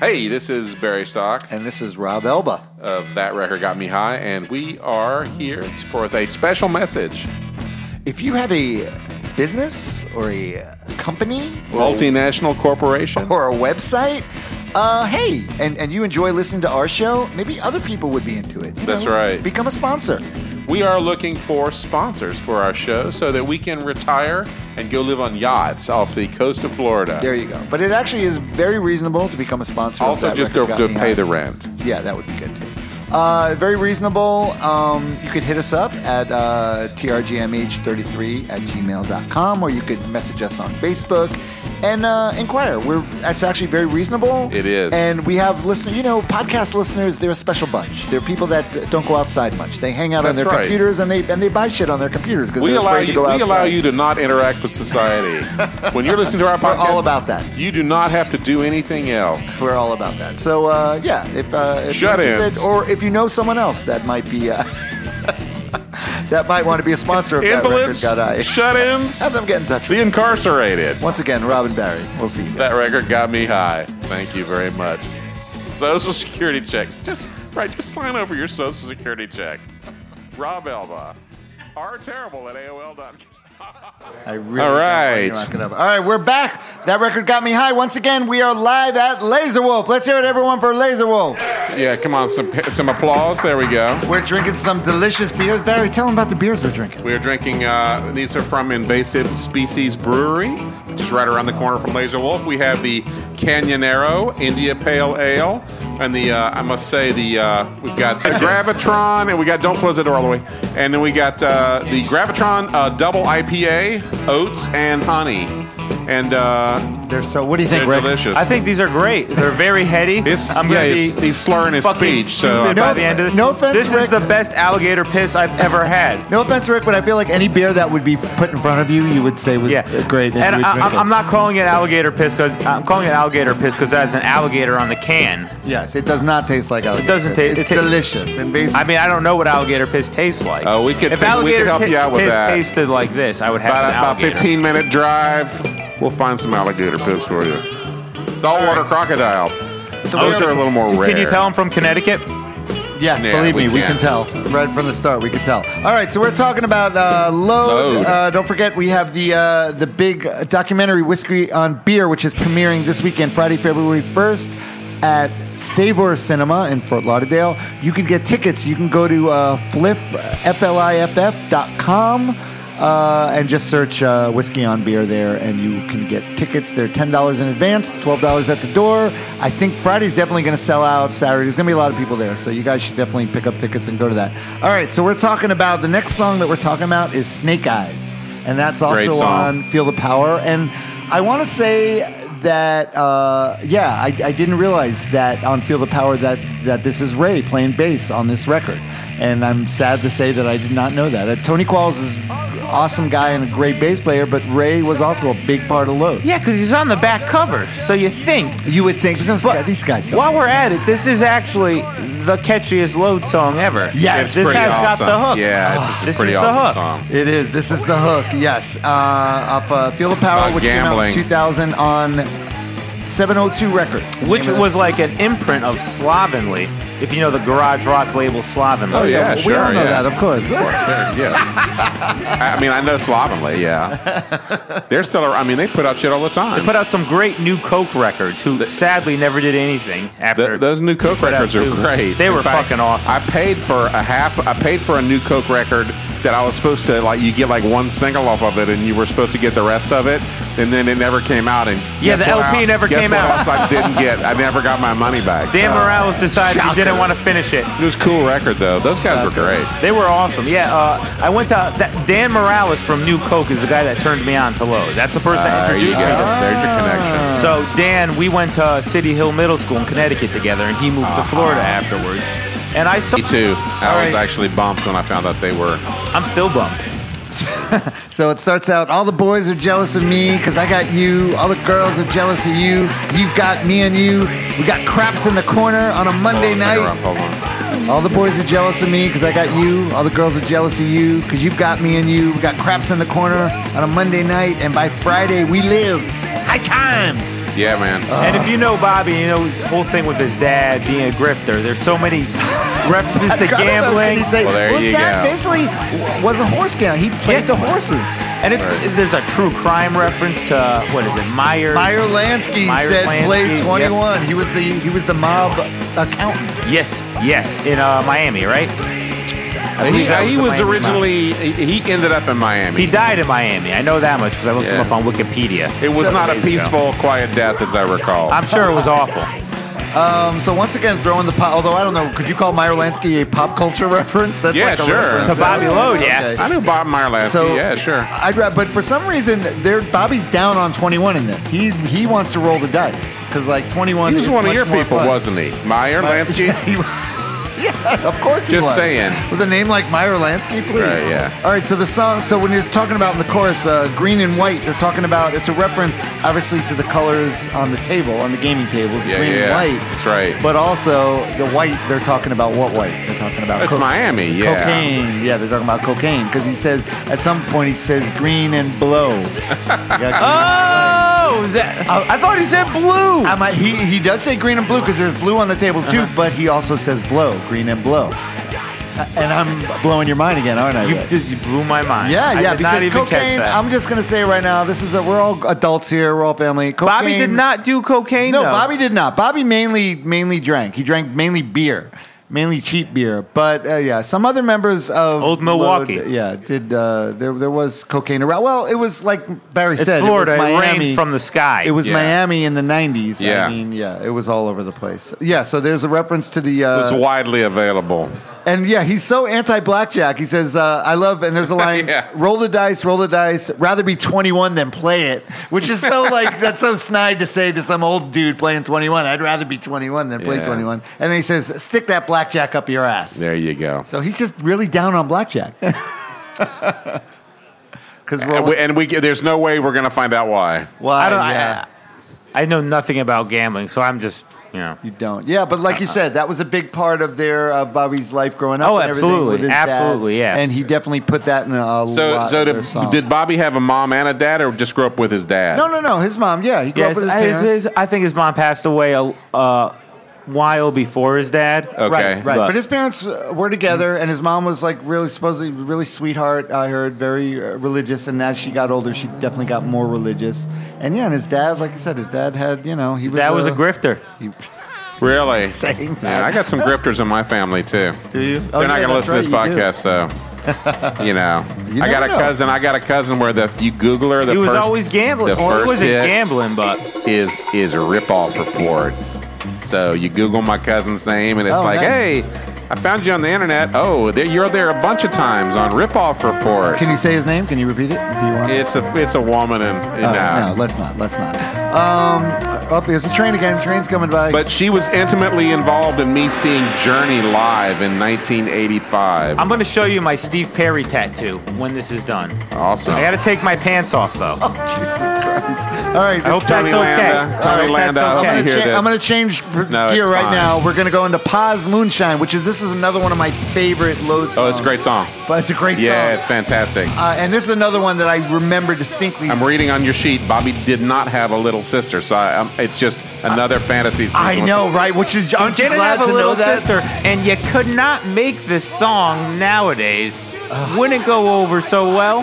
[SPEAKER 5] Hey, this is Barry Stock
[SPEAKER 4] And this is Rob Elba.
[SPEAKER 5] of That Record Got Me High, and we are here for a special message.
[SPEAKER 4] If you have a business or a company
[SPEAKER 5] Multinational corporation.
[SPEAKER 4] or a website, uh, hey, and, and you enjoy listening to our show, maybe other people would be into it. You
[SPEAKER 5] That's right.
[SPEAKER 4] Become a sponsor.
[SPEAKER 5] We are looking for sponsors for our show so that we can retire and go live on yachts off the coast of Florida.
[SPEAKER 4] There you go. But it actually is very reasonable to become a sponsor. of
[SPEAKER 5] also,
[SPEAKER 4] That
[SPEAKER 5] just to,
[SPEAKER 4] Record Got
[SPEAKER 5] to
[SPEAKER 4] Me
[SPEAKER 5] pay
[SPEAKER 4] High.
[SPEAKER 5] the rent.
[SPEAKER 4] Yeah, that would be good too. Uh, very reasonable. Um, you could hit us up at uh, trgmh33 at gmail.com or you could message us on Facebook and uh, inquire. We're That's actually very reasonable.
[SPEAKER 5] It is.
[SPEAKER 4] And we have listeners, you know, podcast listeners, they're a special bunch. They're people that don't go outside much. They hang out on
[SPEAKER 5] That's
[SPEAKER 4] their
[SPEAKER 5] right.
[SPEAKER 4] computers and they and they buy shit on their computers because
[SPEAKER 5] We
[SPEAKER 4] they're
[SPEAKER 5] allow
[SPEAKER 4] afraid to
[SPEAKER 5] you.
[SPEAKER 4] go
[SPEAKER 5] We
[SPEAKER 4] outside.
[SPEAKER 5] allow you to not interact with society. when you're listening to our
[SPEAKER 4] We're
[SPEAKER 5] podcast,
[SPEAKER 4] all about that.
[SPEAKER 5] You do not have to do anything else.
[SPEAKER 4] We're all about that. So uh, yeah, if, uh, if you're
[SPEAKER 5] Shut-ins.
[SPEAKER 4] interested, or if you know someone else that might be uh, that might want to be a sponsor of
[SPEAKER 5] Invalids,
[SPEAKER 4] that record, got
[SPEAKER 5] shut-ins,
[SPEAKER 4] I? Have them get in touch.
[SPEAKER 5] the incarcerated.
[SPEAKER 4] Once again, Robin Barry. We'll see you. guys.
[SPEAKER 5] That record got me high. Thank you very much. Social Security checks. Just right. Just sign over your Social Security check. Rob Elba. Are terrible at AOL.com.
[SPEAKER 4] I really
[SPEAKER 5] All
[SPEAKER 4] don't want you
[SPEAKER 5] right.
[SPEAKER 4] to rock it up. All right, we're back. That record got me high. Once again, we are live at Laser Wolf. Let's hear it, everyone, for Laser Wolf.
[SPEAKER 5] Yeah, come on, some some applause. There we go.
[SPEAKER 4] We're drinking some delicious beers. Barry, tell them about the beers we're drinking.
[SPEAKER 5] We're drinking. Uh, these are from Invasive Species Brewery, which is right around the corner from Laser Wolf. We have the Canyonero India Pale Ale, and the uh, I must say the uh, we've got the Gravitron, and we got don't close the door all the way, and then we got uh, the Gravitron uh, Double IPA, oats and honey, and uh,
[SPEAKER 4] They're so. What do you
[SPEAKER 5] they're
[SPEAKER 4] think, Rick?
[SPEAKER 5] delicious.
[SPEAKER 6] I think these are great. They're very heady.
[SPEAKER 5] It's-
[SPEAKER 6] I'm gonna
[SPEAKER 5] yeah,
[SPEAKER 6] be
[SPEAKER 5] he's- he's slurring his
[SPEAKER 6] fucking
[SPEAKER 5] speech, so-
[SPEAKER 6] stupid
[SPEAKER 4] No-
[SPEAKER 6] by the end of this.
[SPEAKER 4] no offense,
[SPEAKER 6] This
[SPEAKER 4] Rick.
[SPEAKER 6] is the best alligator piss I've ever had.
[SPEAKER 4] No offense, Rick, but I feel like any beer that would be put in front of you, you would say was
[SPEAKER 6] Yeah,
[SPEAKER 4] great. you
[SPEAKER 6] And
[SPEAKER 4] would
[SPEAKER 6] I,
[SPEAKER 4] drink
[SPEAKER 6] I'm-
[SPEAKER 4] it.
[SPEAKER 6] I'm not calling it alligator piss because I'm calling it alligator piss because that's an alligator on the can.
[SPEAKER 4] Yes, it does not taste like alligator.
[SPEAKER 6] doesn't
[SPEAKER 4] piss.
[SPEAKER 6] taste-
[SPEAKER 4] It's
[SPEAKER 6] it ta-
[SPEAKER 4] delicious and basically.
[SPEAKER 6] I mean, I don't know what alligator piss tastes like.
[SPEAKER 5] Oh, we could
[SPEAKER 6] If
[SPEAKER 5] think- we
[SPEAKER 6] alligator
[SPEAKER 5] could help
[SPEAKER 6] pi-
[SPEAKER 5] you out with
[SPEAKER 6] piss
[SPEAKER 5] that.
[SPEAKER 6] tasted like this, I would have
[SPEAKER 5] about,
[SPEAKER 6] an
[SPEAKER 5] about
[SPEAKER 6] alligator.
[SPEAKER 5] 15 minute drive, we'll find some alligator piss for you. Saltwater crocodile. Those
[SPEAKER 6] so-
[SPEAKER 5] are a little more
[SPEAKER 6] Oh, so
[SPEAKER 5] rare.
[SPEAKER 6] Can you tell I'm from Connecticut?
[SPEAKER 4] yes,
[SPEAKER 5] Yeah,
[SPEAKER 4] believe
[SPEAKER 5] we
[SPEAKER 4] me, we can
[SPEAKER 5] can.
[SPEAKER 4] tell right from the start. We can tell. All right, so we're talking about uh, load.
[SPEAKER 5] Load.
[SPEAKER 4] Uh, don't forget, we have the uh, the big documentary "Whiskey on Beer," which is premiering this weekend, Friday, February first. At Savor Cinema in Fort Lauderdale. You can get tickets. You can go to uh, fliff, F-L-I-F-F dot com. uh, and just search uh, whiskey on beer there, and you can get tickets. They're ten dollars in advance, twelve dollars at the door. I think Friday's definitely going to sell out. Saturday's going to be a lot of people there, so you guys should definitely pick up tickets and go to that. All right, so we're talking about the next song that we're talking about is Snake Eyes, and that's
[SPEAKER 5] Great
[SPEAKER 4] also
[SPEAKER 5] song.
[SPEAKER 4] on Feel the Power. And I want to say that uh, yeah, I, I didn't realize that on Feel the Power that that this is Ray playing bass on this record, and I'm sad to say that I did not know that. Uh, Tony Qualls is an awesome guy and a great bass player, but Ray was also a big part of Load.
[SPEAKER 6] Yeah, because he's on the back cover. So you think.
[SPEAKER 4] You would think, but those guys- these guys. don't-
[SPEAKER 6] While we're at it, this is actually the catchiest load song ever.
[SPEAKER 4] Yes.
[SPEAKER 5] It's
[SPEAKER 6] this
[SPEAKER 5] pretty
[SPEAKER 6] has
[SPEAKER 5] awesome.
[SPEAKER 6] got the hook. Oh,
[SPEAKER 5] Yeah, it's, it's a
[SPEAKER 6] This
[SPEAKER 5] pretty
[SPEAKER 6] is the hook.
[SPEAKER 5] awesome song.
[SPEAKER 4] It is. This is the hook. Yes. Uh, off uh, Feel the Power,
[SPEAKER 5] About
[SPEAKER 4] which came out
[SPEAKER 5] gambling.
[SPEAKER 4] in 2000 on 702 Records, uh, The
[SPEAKER 6] Which
[SPEAKER 4] name of the-
[SPEAKER 6] was like an imprint of Slovenly, if you know the garage rock label Slovenly.
[SPEAKER 5] Oh yeah,
[SPEAKER 4] we
[SPEAKER 5] sure.
[SPEAKER 4] all know
[SPEAKER 5] yeah.
[SPEAKER 4] that, of course.
[SPEAKER 5] Yes. I I mean, I know Slovenly. Yeah, they're still. ar- I mean, they put out shit all the time.
[SPEAKER 6] They put out some great new Coke records, who sadly never did anything after.
[SPEAKER 5] Th- those new Coke
[SPEAKER 6] put out
[SPEAKER 5] records are
[SPEAKER 6] two.
[SPEAKER 5] great.
[SPEAKER 6] They
[SPEAKER 5] In
[SPEAKER 6] were
[SPEAKER 5] fact,
[SPEAKER 6] fucking awesome.
[SPEAKER 5] I paid for a half. I paid for a new Coke record that I was supposed to like. You get like one single off of it, and you were supposed to get the rest of it. and then it never came out. And
[SPEAKER 6] Yeah,
[SPEAKER 5] guess
[SPEAKER 6] the
[SPEAKER 5] what
[SPEAKER 6] LP
[SPEAKER 5] I-
[SPEAKER 6] never
[SPEAKER 5] guess
[SPEAKER 6] came
[SPEAKER 5] what
[SPEAKER 6] out.
[SPEAKER 5] Else I didn't get. I never got my money back.
[SPEAKER 6] Dan
[SPEAKER 5] so.
[SPEAKER 6] Morales decided he didn't want to finish it.
[SPEAKER 5] It was a cool record though. Those guys were great.
[SPEAKER 6] They were awesome. Yeah, uh, I went to that Dan Morales from New Coke is the guy that turned me on to Low. That's the person that
[SPEAKER 5] There you
[SPEAKER 6] introduced
[SPEAKER 5] go.
[SPEAKER 6] me to
[SPEAKER 5] There's your connection.
[SPEAKER 6] So Dan, we went to City Hill Middle School in Connecticut together, and he moved to Florida afterwards. And I saw.
[SPEAKER 5] Me too. I
[SPEAKER 6] All
[SPEAKER 5] was
[SPEAKER 6] right.
[SPEAKER 5] actually bumped when I found out they were.
[SPEAKER 6] I'm still bummed.
[SPEAKER 4] So it starts out, all the boys are jealous of me because I got you. All the girls are jealous of you. You've got me and you. We got craps in the corner on a Monday
[SPEAKER 5] Hold on,
[SPEAKER 4] night.
[SPEAKER 5] finger up, Hold on.
[SPEAKER 4] All the boys are jealous of me because I got you. All the girls are jealous of you because you've got me and you. We got craps in the corner on a Monday night, and by Friday we live. High time.
[SPEAKER 5] Yeah, man.
[SPEAKER 6] and if you know Bobby, you know his whole thing with his dad being a grifter. There's so many references to gambling,
[SPEAKER 5] Well, there
[SPEAKER 4] was
[SPEAKER 5] you
[SPEAKER 4] that
[SPEAKER 5] go.
[SPEAKER 4] basically w- was a horse game? He played the horses.
[SPEAKER 6] and it's there's a true crime reference to what is it, Myers?
[SPEAKER 4] Meyer Lansky
[SPEAKER 6] Meyer
[SPEAKER 4] said
[SPEAKER 6] Lansky,
[SPEAKER 4] play
[SPEAKER 6] yep.
[SPEAKER 4] 21. He was the he was the mob accountant.
[SPEAKER 6] Yes, yes, in uh, Miami, right? I
[SPEAKER 5] Uh, he,
[SPEAKER 6] believe that
[SPEAKER 5] he
[SPEAKER 6] the
[SPEAKER 5] was
[SPEAKER 6] Miami mob.
[SPEAKER 5] originally. He he ended up in Miami.
[SPEAKER 6] He died in Miami. I know that much because I looked
[SPEAKER 5] Yeah.
[SPEAKER 6] him up on Wikipedia.
[SPEAKER 5] It was
[SPEAKER 6] Seven
[SPEAKER 5] not a
[SPEAKER 6] days ago.
[SPEAKER 5] peaceful, quiet death, as I recall.
[SPEAKER 6] I'm sure it was awful.
[SPEAKER 4] Um, so once again, throwing the pop. Although I don't know, could you call Meyer Lansky a pop culture reference? That's
[SPEAKER 5] Yeah,
[SPEAKER 4] like a
[SPEAKER 5] sure.
[SPEAKER 4] reference.
[SPEAKER 6] To Bobby Lode, yeah.
[SPEAKER 4] Okay.
[SPEAKER 5] I knew Bob Meyer last.
[SPEAKER 4] So
[SPEAKER 5] yeah, sure.
[SPEAKER 4] I'd ra- but for some reason, there Bobby's down on 21 in this. He he wants to roll the dice because like 21.
[SPEAKER 5] He was
[SPEAKER 4] is
[SPEAKER 5] one of
[SPEAKER 4] much
[SPEAKER 5] your
[SPEAKER 4] more
[SPEAKER 5] people,
[SPEAKER 4] fun.
[SPEAKER 5] wasn't he? Meyer Lansky.
[SPEAKER 4] Yeah, of course he
[SPEAKER 5] Just
[SPEAKER 4] was.
[SPEAKER 5] saying.
[SPEAKER 4] With a name like Meyer Lansky, please.
[SPEAKER 5] Right, yeah.
[SPEAKER 4] All right, so the song, so when you're talking about in the chorus, uh, green and white, they're talking about, it's a reference, obviously, to the colors on the table, on the gaming tables,
[SPEAKER 5] Yeah,
[SPEAKER 4] green
[SPEAKER 5] yeah.
[SPEAKER 4] and white.
[SPEAKER 5] That's right.
[SPEAKER 4] But also, the white, they're talking about what white? They're talking about
[SPEAKER 5] It's
[SPEAKER 4] coke.
[SPEAKER 5] Miami. Yeah.
[SPEAKER 4] Cocaine. Yeah, they're talking about cocaine because he says at some point he says green and blow.
[SPEAKER 6] Oh, is that, I, I thought he said blue.
[SPEAKER 4] I might, he, he does say green and blue because there's blue on the tables too, but he also says blow, green and blow. Uh, And I'm blowing your mind again, aren't I?
[SPEAKER 6] You
[SPEAKER 4] Rick?
[SPEAKER 6] just blew my mind.
[SPEAKER 4] yeah,
[SPEAKER 6] I
[SPEAKER 4] yeah.
[SPEAKER 6] did
[SPEAKER 4] Because
[SPEAKER 6] not even catch
[SPEAKER 4] cocaine.
[SPEAKER 6] that.
[SPEAKER 4] I'm just gonna say right now, this is a, we're all adults here. We're all family. Cocaine,
[SPEAKER 6] Bobby did not do cocaine.
[SPEAKER 4] No,
[SPEAKER 6] though.
[SPEAKER 4] Bobby did not. Bobby mainly mainly drank. He drank mainly beer, mainly cheap beer. But uh, yeah, some other members of
[SPEAKER 6] Old Milwaukee.
[SPEAKER 4] Load, yeah, did uh, there there was cocaine around? Well, it was like Barry
[SPEAKER 6] It's
[SPEAKER 4] said,
[SPEAKER 6] Florida.
[SPEAKER 4] It,
[SPEAKER 6] It,
[SPEAKER 4] was Miami.
[SPEAKER 6] rains from the sky.
[SPEAKER 4] It was
[SPEAKER 5] Yeah.
[SPEAKER 4] Miami in the '90s.
[SPEAKER 5] Yeah.
[SPEAKER 4] I mean, yeah, it was all over the place. Yeah, so there's a reference to the uh,
[SPEAKER 5] It was widely available.
[SPEAKER 4] and yeah, he's so anti-blackjack. He says, uh, "I love," and there's a line:
[SPEAKER 5] Yeah.
[SPEAKER 4] "Roll the dice, roll the dice. Rather be 21 than play it," which is so like that's so snide to say to some old dude playing 21. I'd rather be 21 than play
[SPEAKER 5] Yeah.
[SPEAKER 4] 21. And then he says, "Stick that blackjack up your ass."
[SPEAKER 5] There you go.
[SPEAKER 4] So he's just really down on blackjack. Because
[SPEAKER 5] And Uh, we, and we there's no way we're gonna find out why.
[SPEAKER 4] why?
[SPEAKER 6] I don't. I-
[SPEAKER 4] yeah.
[SPEAKER 6] I, I know nothing about gambling, so I'm just you know.
[SPEAKER 4] You don't. Yeah, but like you
[SPEAKER 5] Uh-uh.
[SPEAKER 4] said, that was a big part of their uh, Bobby's life growing up.
[SPEAKER 6] Oh,
[SPEAKER 4] and everything
[SPEAKER 6] absolutely.
[SPEAKER 4] with his dad.
[SPEAKER 6] Absolutely, yeah.
[SPEAKER 4] And he definitely put that in a
[SPEAKER 5] So
[SPEAKER 4] lot
[SPEAKER 5] so
[SPEAKER 4] of their
[SPEAKER 5] did,
[SPEAKER 4] songs.
[SPEAKER 5] did Bobby have a mom and a dad, or just grew up with his dad?
[SPEAKER 4] No, no, no. His mom. Yeah, he grew
[SPEAKER 6] Yes,
[SPEAKER 4] up with his
[SPEAKER 6] I, his-
[SPEAKER 4] parents.
[SPEAKER 6] his- I think his mom passed away a uh, while before his dad.
[SPEAKER 5] Okay.
[SPEAKER 4] Right, right. But,
[SPEAKER 6] But-
[SPEAKER 4] his parents uh, were together, and his mom was like really supposedly really sweetheart. I heard very uh, religious, and as she got older, she definitely got more religious. And yeah, and his dad, like I said, his dad had you know he was
[SPEAKER 6] That was a grifter.
[SPEAKER 4] he-
[SPEAKER 5] Really?
[SPEAKER 4] Saying that.
[SPEAKER 5] Yeah, I got some grifters in my family too.
[SPEAKER 4] Do you?
[SPEAKER 5] They're
[SPEAKER 4] Oh,
[SPEAKER 5] not
[SPEAKER 4] yeah,
[SPEAKER 5] gonna
[SPEAKER 4] that's
[SPEAKER 5] listen to this
[SPEAKER 4] right, you do.
[SPEAKER 5] podcast, so you know.
[SPEAKER 4] You
[SPEAKER 5] I got
[SPEAKER 4] never
[SPEAKER 5] a
[SPEAKER 4] know.
[SPEAKER 5] cousin. I got a cousin where the you Google her, the
[SPEAKER 6] He was
[SPEAKER 5] first,
[SPEAKER 6] always gambling.
[SPEAKER 5] The
[SPEAKER 6] Or
[SPEAKER 5] first
[SPEAKER 6] he wasn't
[SPEAKER 5] hit
[SPEAKER 6] gambling, but
[SPEAKER 5] is is ripoff reports. So you Google my cousin's name, and it's
[SPEAKER 4] Oh,
[SPEAKER 5] like,
[SPEAKER 4] nice.
[SPEAKER 5] hey, I found you on the internet. Oh, there, you're there a bunch of times on ripoff report.
[SPEAKER 4] Can you say his name? Can you repeat it? Do you want?
[SPEAKER 5] It's a it's a woman and
[SPEAKER 4] Oh,
[SPEAKER 5] and, uh,
[SPEAKER 4] no, let's not. Let's not. Um, up here's the train again. Train's coming by.
[SPEAKER 5] But she was intimately involved in me seeing Journey live in 1985.
[SPEAKER 6] I'm going to show you my Steve Perry tattoo when this is done.
[SPEAKER 5] awesome.
[SPEAKER 6] I got to take my pants off though.
[SPEAKER 4] oh, Jesus Christ! All right,
[SPEAKER 6] hope
[SPEAKER 4] it's
[SPEAKER 6] that-
[SPEAKER 4] time.
[SPEAKER 5] Tony
[SPEAKER 6] That's okay.
[SPEAKER 5] Landa.
[SPEAKER 6] All
[SPEAKER 5] Tony
[SPEAKER 6] right,
[SPEAKER 5] Landa.
[SPEAKER 6] that's
[SPEAKER 5] I hope
[SPEAKER 6] okay.
[SPEAKER 5] you
[SPEAKER 4] I'm
[SPEAKER 5] hear
[SPEAKER 4] gonna, cha-
[SPEAKER 5] this.
[SPEAKER 4] I'm gonna change p-
[SPEAKER 5] No, it's
[SPEAKER 4] gear right
[SPEAKER 5] fine.
[SPEAKER 4] now. We're gonna go into Paz Moonshine, which is this is another one of my favorite load songs.
[SPEAKER 5] oh, it's a great song.
[SPEAKER 4] But it's a great
[SPEAKER 5] Yeah, it's
[SPEAKER 4] song.
[SPEAKER 5] fantastic.
[SPEAKER 4] Uh, and this is another one that I remember distinctly.
[SPEAKER 5] I'm reading on your sheet. Bobby did not have a little sister, so I, um, it's just another fantasy.
[SPEAKER 4] I
[SPEAKER 5] sequence.
[SPEAKER 4] know, right? Which is aren't you
[SPEAKER 6] didn't
[SPEAKER 4] glad
[SPEAKER 6] have a
[SPEAKER 4] to know
[SPEAKER 6] little
[SPEAKER 4] that?
[SPEAKER 6] sister, and you could not make this song nowadays. Wouldn't go over so well.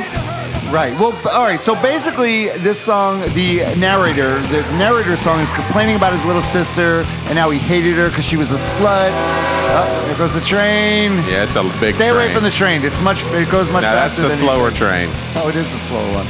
[SPEAKER 4] Right. Well, b- all right. So basically, this song, the narrator, the narrator song is complaining about his little sister and how he hated her because she was a slut. Oh, there goes the train.
[SPEAKER 5] Yeah, it's a big.
[SPEAKER 4] Stay away
[SPEAKER 5] train.
[SPEAKER 4] from the train. It's much. It goes much
[SPEAKER 5] Now that's
[SPEAKER 4] faster
[SPEAKER 5] the
[SPEAKER 4] than
[SPEAKER 5] slower train.
[SPEAKER 4] Oh, it is a slow one.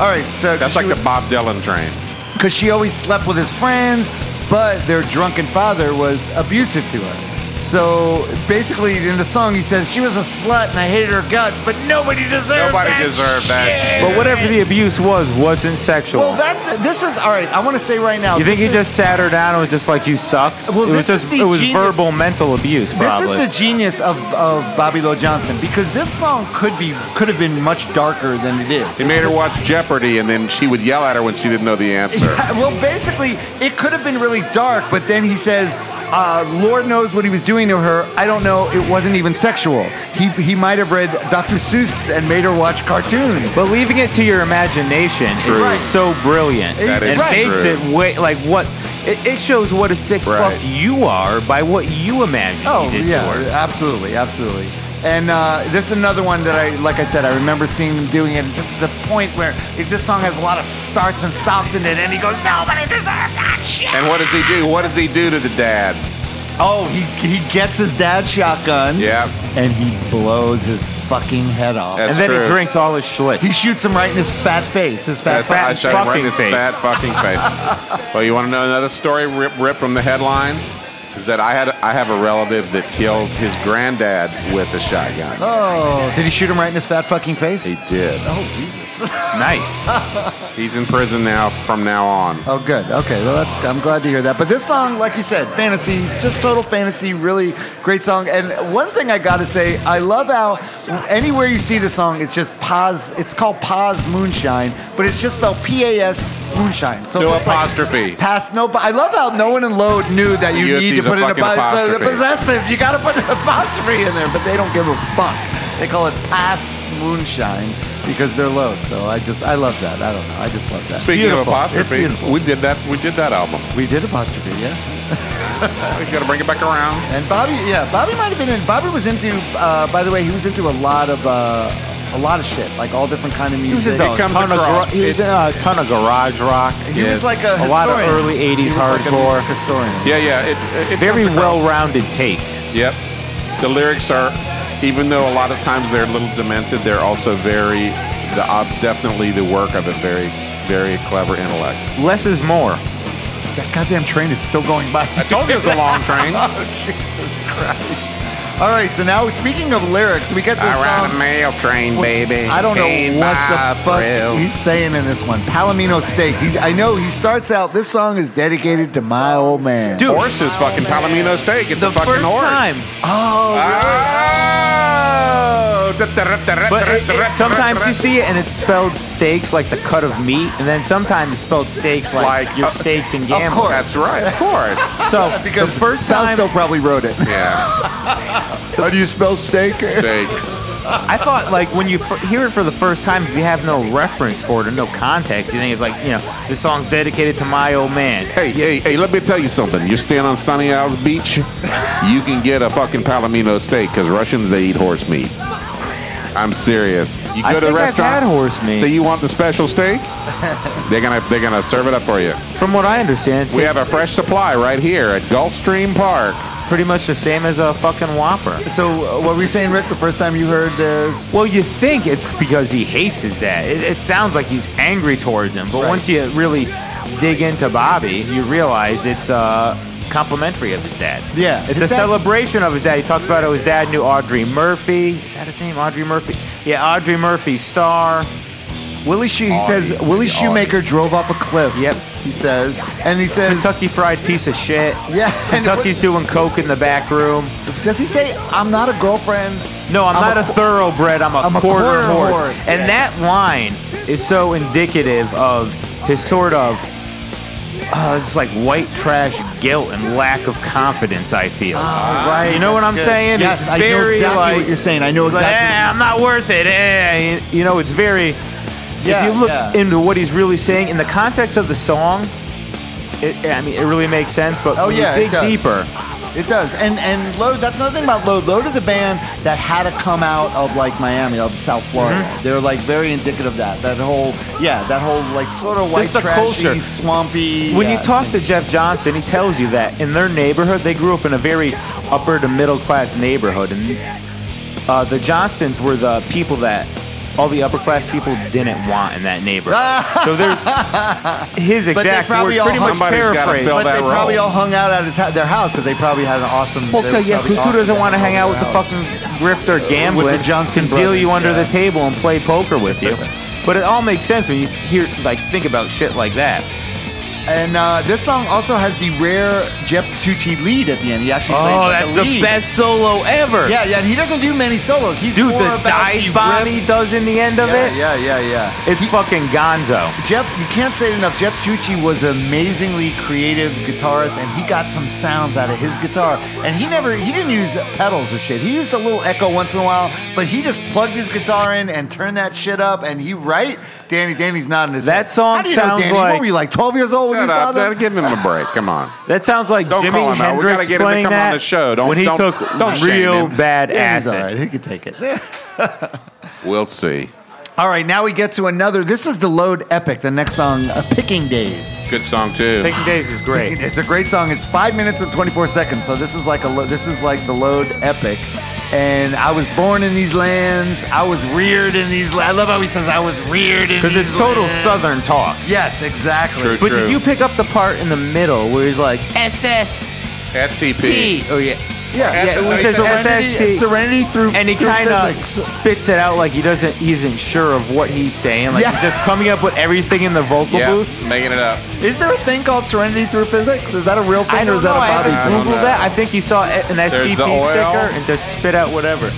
[SPEAKER 4] All right, so
[SPEAKER 5] That's
[SPEAKER 4] she
[SPEAKER 5] like the Bob Dylan train.
[SPEAKER 4] because she always slept with his friends, but their drunken father was abusive to her. So basically, in the song, he says she was a slut and I hated her guts, but nobody deserved
[SPEAKER 5] Nobody
[SPEAKER 4] that
[SPEAKER 5] deserved that
[SPEAKER 6] But whatever the abuse was, wasn't sexual.
[SPEAKER 4] Well, that's this is all right. I want to say right now.
[SPEAKER 6] you think
[SPEAKER 4] this
[SPEAKER 6] he
[SPEAKER 4] is-
[SPEAKER 6] just sat her down and was just like, "You suck"?
[SPEAKER 4] Well,
[SPEAKER 6] it was
[SPEAKER 4] this is
[SPEAKER 6] just
[SPEAKER 4] the
[SPEAKER 6] it was
[SPEAKER 4] genius-
[SPEAKER 6] verbal mental abuse,
[SPEAKER 4] This
[SPEAKER 6] probably.
[SPEAKER 4] is the genius of, of Bobby Low Johnson because this song could be could have been much darker than it is.
[SPEAKER 5] He made her watch Jeopardy, and then she would yell at her when she didn't know the answer.
[SPEAKER 4] Yeah, well, basically, it could have been really dark, but then he says, uh, "Lord knows what he was doing to her. I don't know. It wasn't even sexual. He he might have read Dr. Seuss and made her watch cartoons."
[SPEAKER 6] but leaving it to your imagination
[SPEAKER 5] True.
[SPEAKER 6] is so brilliant.
[SPEAKER 5] That
[SPEAKER 6] and
[SPEAKER 5] is
[SPEAKER 6] makes
[SPEAKER 5] true.
[SPEAKER 6] it way, like what it, it shows what a sick
[SPEAKER 5] Right.
[SPEAKER 6] fuck you are by what you imagine
[SPEAKER 4] Oh
[SPEAKER 6] he did
[SPEAKER 4] yeah,
[SPEAKER 6] to her.
[SPEAKER 4] absolutely, absolutely. And uh, this is another one that I, like I said, I remember seeing him doing it. Just the point where if this song has a lot of starts and stops in it, and he goes, "Nobody deserves that shit."
[SPEAKER 5] And what does he do? What does he do to the dad?
[SPEAKER 4] Oh, he, he gets his dad's shotgun.
[SPEAKER 5] Yeah.
[SPEAKER 4] And he blows his fucking head off.
[SPEAKER 5] That's
[SPEAKER 6] and then
[SPEAKER 5] true.
[SPEAKER 6] he drinks all his Schlitz.
[SPEAKER 4] He shoots him right in his fat face. His fat,
[SPEAKER 5] That's
[SPEAKER 4] fat
[SPEAKER 5] I shot him right in
[SPEAKER 6] fucking
[SPEAKER 5] his
[SPEAKER 6] face.
[SPEAKER 5] Fat fucking face. well, you want to know another story? Rip, rip from the headlines. Is that I had I have a relative that killed his granddad with a shotgun.
[SPEAKER 4] Oh, did he shoot him right in his fat fucking face?
[SPEAKER 5] He did.
[SPEAKER 4] Oh, Jesus.
[SPEAKER 6] nice.
[SPEAKER 5] He's in prison now. From now on.
[SPEAKER 4] Oh, good. Okay, well, that's. I'm glad to hear that. But this song, like you said, fantasy, just total fantasy. Really great song. And one thing I gotta say, I love how anywhere you see the song, it's just Paz. It's called Paz Moonshine, but it's just spelled P-A-S Moonshine. So
[SPEAKER 5] No
[SPEAKER 4] it's like
[SPEAKER 5] apostrophe.
[SPEAKER 4] past no. I love how no one in Load knew that you,
[SPEAKER 5] You have to
[SPEAKER 4] need
[SPEAKER 5] use
[SPEAKER 4] to
[SPEAKER 5] a
[SPEAKER 4] put in a,
[SPEAKER 5] fucking
[SPEAKER 4] po- so the
[SPEAKER 5] apostrophe.
[SPEAKER 4] possessive. You gotta put an apostrophe in there, but they don't give a fuck. They call it Pass Moonshine because they're Load. So I just, I love that. I don't know. I just love that.
[SPEAKER 5] Speaking
[SPEAKER 4] Beautiful.
[SPEAKER 5] of
[SPEAKER 4] It's beautiful.
[SPEAKER 5] apostrophe, we did that. We did that album.
[SPEAKER 4] We did apostrophe, yeah.
[SPEAKER 5] You got to bring it back around.
[SPEAKER 4] And Bobby, yeah, Bobby might have been in. Bobby was into. Uh, by the way, he was into a lot of uh, a lot of shit, like all different kind of
[SPEAKER 6] was
[SPEAKER 4] music.
[SPEAKER 6] into a
[SPEAKER 5] comes
[SPEAKER 6] ton of
[SPEAKER 5] across.
[SPEAKER 6] gra- he was in a ton of garage rock.
[SPEAKER 4] He was like a,
[SPEAKER 6] a lot of
[SPEAKER 4] historian.
[SPEAKER 6] early
[SPEAKER 4] He
[SPEAKER 6] 80s
[SPEAKER 4] was like a
[SPEAKER 6] hardcore.
[SPEAKER 4] historian.
[SPEAKER 5] Yeah, yeah. It, it, it
[SPEAKER 6] Very
[SPEAKER 5] comes across.
[SPEAKER 6] well-rounded taste.
[SPEAKER 5] Yep. The lyrics are, even though a lot of times they're a little demented, they're also very, the, uh, definitely the work of a very, very clever intellect.
[SPEAKER 6] Less is more.
[SPEAKER 4] That goddamn train is still going by.
[SPEAKER 5] I told you it was a long train. I
[SPEAKER 4] Oh, Jesus Christ. All right, so now speaking of lyrics, we get this
[SPEAKER 5] ride a
[SPEAKER 4] song.
[SPEAKER 5] mail train,
[SPEAKER 4] which
[SPEAKER 5] baby.
[SPEAKER 4] I don't know
[SPEAKER 5] Paid
[SPEAKER 4] what
[SPEAKER 5] by
[SPEAKER 4] the fuck
[SPEAKER 5] thrill.
[SPEAKER 4] he's saying in this one. Palomino Steak. He, I know he starts out, this song is dedicated to my old man.
[SPEAKER 6] Dude,
[SPEAKER 5] Horse is fucking Palomino steak. It's
[SPEAKER 6] the
[SPEAKER 5] a fucking
[SPEAKER 6] first
[SPEAKER 5] horse. Ah!
[SPEAKER 6] time.
[SPEAKER 4] Oh,
[SPEAKER 5] Oh.
[SPEAKER 6] But it, it- sometimes you see it and it's spelled steaks like the cut of meat, and then sometimes it's spelled steaks like,
[SPEAKER 5] Like,
[SPEAKER 6] your
[SPEAKER 5] uh,
[SPEAKER 6] steaks and
[SPEAKER 5] Of
[SPEAKER 6] gambling.
[SPEAKER 5] course. That's right. Of course.
[SPEAKER 6] So
[SPEAKER 4] because
[SPEAKER 6] the first time,
[SPEAKER 4] Fausto probably wrote it.
[SPEAKER 5] yeah.
[SPEAKER 7] How do you spell steak?
[SPEAKER 5] Steak.
[SPEAKER 6] I thought like when you f- hear it for the first time, if you have no reference for it and no context, you think it's like you know this song's dedicated to my old man.
[SPEAKER 5] Hey, hey, hey, let me tell you something. You're staying on Sunny Isles Beach, you can get a fucking Palomino steak because Russians, they eat horse meat. I'm serious. You go
[SPEAKER 6] I
[SPEAKER 5] to the
[SPEAKER 6] think I've had
[SPEAKER 5] restaurant,
[SPEAKER 6] horse meat.
[SPEAKER 5] say you want the special steak, they're gonna they're gonna serve it up for you.
[SPEAKER 6] From what I understand,
[SPEAKER 5] We have a fresh supply right here at Gulfstream Park.
[SPEAKER 6] pretty much the same as a fucking Whopper.
[SPEAKER 4] So uh, what were you saying, Rick, the first time you heard this?
[SPEAKER 6] Well, you think it's because he hates his dad. It, it sounds like he's angry towards him, but once you really dig into Bobby, you realize it's uh, complimentary of his dad.
[SPEAKER 4] Yeah,
[SPEAKER 6] it's
[SPEAKER 4] his
[SPEAKER 6] a
[SPEAKER 4] dad-
[SPEAKER 6] celebration of his dad. He talks about how his dad knew Audrey Murphy. Is that his name, Audrey Murphy? Yeah, Audrey Murphy, star.
[SPEAKER 4] Willie Shoe, he says, Willie Shoemaker drove off a cliff.
[SPEAKER 6] Yep.
[SPEAKER 4] He says, and he says,
[SPEAKER 6] Kentucky Fried piece of shit.
[SPEAKER 4] Yeah, and
[SPEAKER 6] Kentucky's doing coke in the back room.
[SPEAKER 4] does he say, I'm not a girlfriend?
[SPEAKER 6] No, I'm,
[SPEAKER 4] I'm
[SPEAKER 6] not
[SPEAKER 4] a
[SPEAKER 6] a,
[SPEAKER 4] qu-
[SPEAKER 6] thoroughbred. I'm a
[SPEAKER 4] I'm a
[SPEAKER 6] quarter,
[SPEAKER 4] quarter
[SPEAKER 6] horse.
[SPEAKER 4] horse,
[SPEAKER 6] And that line is so indicative of his sort of uh, it's like white trash guilt and lack of confidence. I feel.
[SPEAKER 4] Ah, Right.
[SPEAKER 6] You know what I'm
[SPEAKER 4] Good.
[SPEAKER 6] saying?
[SPEAKER 4] Yes,
[SPEAKER 6] It's
[SPEAKER 4] I
[SPEAKER 6] very
[SPEAKER 4] know exactly
[SPEAKER 6] like-
[SPEAKER 4] what you're saying. I know
[SPEAKER 6] Like, eh,
[SPEAKER 4] exactly.
[SPEAKER 6] I'm not worth it. Eh. You know, it's very.
[SPEAKER 4] Yeah,
[SPEAKER 6] if you look
[SPEAKER 4] yeah.
[SPEAKER 6] into what he's really saying in the context of the song, it, I mean, it really makes sense. But
[SPEAKER 4] Oh,
[SPEAKER 6] when
[SPEAKER 4] yeah, it
[SPEAKER 6] you dig
[SPEAKER 4] does.
[SPEAKER 6] deeper,
[SPEAKER 4] It does. And and Load, that's another thing about Load. Load is a band that had to come out of like Miami, of South Florida. They're like very indicative of that. That whole yeah, that whole like sort of white
[SPEAKER 6] Just the
[SPEAKER 4] trashy,
[SPEAKER 6] culture.
[SPEAKER 4] swampy.
[SPEAKER 6] When
[SPEAKER 4] yeah,
[SPEAKER 6] you talk to
[SPEAKER 4] thing.
[SPEAKER 6] Jeff Johnson, he tells you that in their neighborhood, they grew up in a very upper to middle class neighborhood, and uh, the Johnsons were the people that all the upper class people didn't want in that neighborhood. so there's his
[SPEAKER 4] they
[SPEAKER 6] exact
[SPEAKER 4] probably
[SPEAKER 6] word,
[SPEAKER 4] all
[SPEAKER 6] pretty much
[SPEAKER 4] somebody's
[SPEAKER 5] gotta
[SPEAKER 6] paraphrased.
[SPEAKER 5] fill
[SPEAKER 4] But they
[SPEAKER 5] that
[SPEAKER 4] probably
[SPEAKER 5] role.
[SPEAKER 4] all hung out at his, ha- their house because they probably had an awesome.
[SPEAKER 6] Well,
[SPEAKER 4] they
[SPEAKER 6] okay,
[SPEAKER 4] were
[SPEAKER 6] yeah,
[SPEAKER 4] probably
[SPEAKER 6] because who
[SPEAKER 4] awesome
[SPEAKER 6] doesn't want to
[SPEAKER 4] guys
[SPEAKER 6] hang out with the
[SPEAKER 4] house.
[SPEAKER 6] fucking grifter gambler
[SPEAKER 4] With the Johnston
[SPEAKER 6] can deal
[SPEAKER 4] brothers,
[SPEAKER 6] you under
[SPEAKER 4] yeah.
[SPEAKER 6] the table and play poker with you? But it all makes sense when you hear, like, think about shit like that.
[SPEAKER 4] And uh, this song also has the rare Jeff Tucci lead at the end. He actually plays
[SPEAKER 6] Oh,
[SPEAKER 4] like,
[SPEAKER 6] that's
[SPEAKER 4] the
[SPEAKER 6] the
[SPEAKER 4] lead.
[SPEAKER 6] best solo ever.
[SPEAKER 4] Yeah, yeah, and he doesn't do many solos. He's
[SPEAKER 6] Dude,
[SPEAKER 4] more
[SPEAKER 6] the
[SPEAKER 4] about
[SPEAKER 6] dive bomb he
[SPEAKER 4] riffs.
[SPEAKER 6] does in the end of
[SPEAKER 4] Yeah,
[SPEAKER 6] it.
[SPEAKER 4] yeah, yeah, yeah.
[SPEAKER 6] It's fucking gonzo.
[SPEAKER 4] Jeff, you can't say it enough. Jeff Tucci was an amazingly creative guitarist, and he got some sounds out of his guitar. And he never, he didn't use pedals or shit. He used a little echo once in a while, but he just plugged his guitar in and turned that shit up. and he right? Danny, Danny's nodding his
[SPEAKER 6] That
[SPEAKER 4] head.
[SPEAKER 6] song
[SPEAKER 4] How do you know,
[SPEAKER 6] sounds
[SPEAKER 4] Danny? What
[SPEAKER 6] like-
[SPEAKER 4] were you, like 12 years old when
[SPEAKER 5] Shut
[SPEAKER 4] you saw
[SPEAKER 5] up.
[SPEAKER 4] that?
[SPEAKER 5] That'll give him a break. Come on.
[SPEAKER 6] That sounds like
[SPEAKER 5] Don't
[SPEAKER 6] Jimi
[SPEAKER 5] call him out. We
[SPEAKER 6] Hendrix
[SPEAKER 5] gotta get him to
[SPEAKER 6] playing
[SPEAKER 5] come on
[SPEAKER 6] that
[SPEAKER 5] the show. Don't-
[SPEAKER 6] when he
[SPEAKER 5] don't-
[SPEAKER 6] took
[SPEAKER 5] don't shame
[SPEAKER 6] real
[SPEAKER 5] him.
[SPEAKER 6] bad
[SPEAKER 4] Yeah, he's
[SPEAKER 6] acid.
[SPEAKER 4] all right. He could take it.
[SPEAKER 5] We'll see.
[SPEAKER 4] all right, now we get to another. This is the Load Epic, the next song, uh, Picking Days.
[SPEAKER 5] Good song too.
[SPEAKER 6] Thinking Days is great.
[SPEAKER 4] It's a great song. It's five minutes and 24 seconds. So this is like a lo- this is like the load epic. And I was born in these lands. I was reared in these. La- I love how he says I was reared in.
[SPEAKER 6] Because
[SPEAKER 4] these
[SPEAKER 6] it's total
[SPEAKER 4] lands."
[SPEAKER 6] Southern talk.
[SPEAKER 4] Yes, exactly.
[SPEAKER 5] True.
[SPEAKER 6] But did you pick up the part in the middle where he's like, SST?
[SPEAKER 5] STP.
[SPEAKER 6] Oh, yeah.
[SPEAKER 4] Yeah,
[SPEAKER 5] That's-
[SPEAKER 4] yeah.
[SPEAKER 5] he
[SPEAKER 4] It
[SPEAKER 5] says
[SPEAKER 4] was serenity,
[SPEAKER 6] SST.
[SPEAKER 4] serenity through.
[SPEAKER 6] And he
[SPEAKER 4] through
[SPEAKER 6] kind of
[SPEAKER 4] physics.
[SPEAKER 6] spits it out like he doesn't, he isn't sure of what he's saying. Like
[SPEAKER 4] Yeah.
[SPEAKER 6] he's just coming up with everything in the vocal
[SPEAKER 5] Yeah,
[SPEAKER 6] booth.
[SPEAKER 5] making it up.
[SPEAKER 4] Is there a thing called serenity through physics? Is that a real thing,
[SPEAKER 6] I
[SPEAKER 4] or
[SPEAKER 6] don't
[SPEAKER 4] is
[SPEAKER 6] know.
[SPEAKER 4] that a
[SPEAKER 6] I
[SPEAKER 4] Bobby?
[SPEAKER 5] I
[SPEAKER 6] haven't
[SPEAKER 5] don't
[SPEAKER 6] Googled
[SPEAKER 5] know.
[SPEAKER 6] that. I think he saw a- an STP
[SPEAKER 5] the oil.
[SPEAKER 6] sticker and just spit out whatever.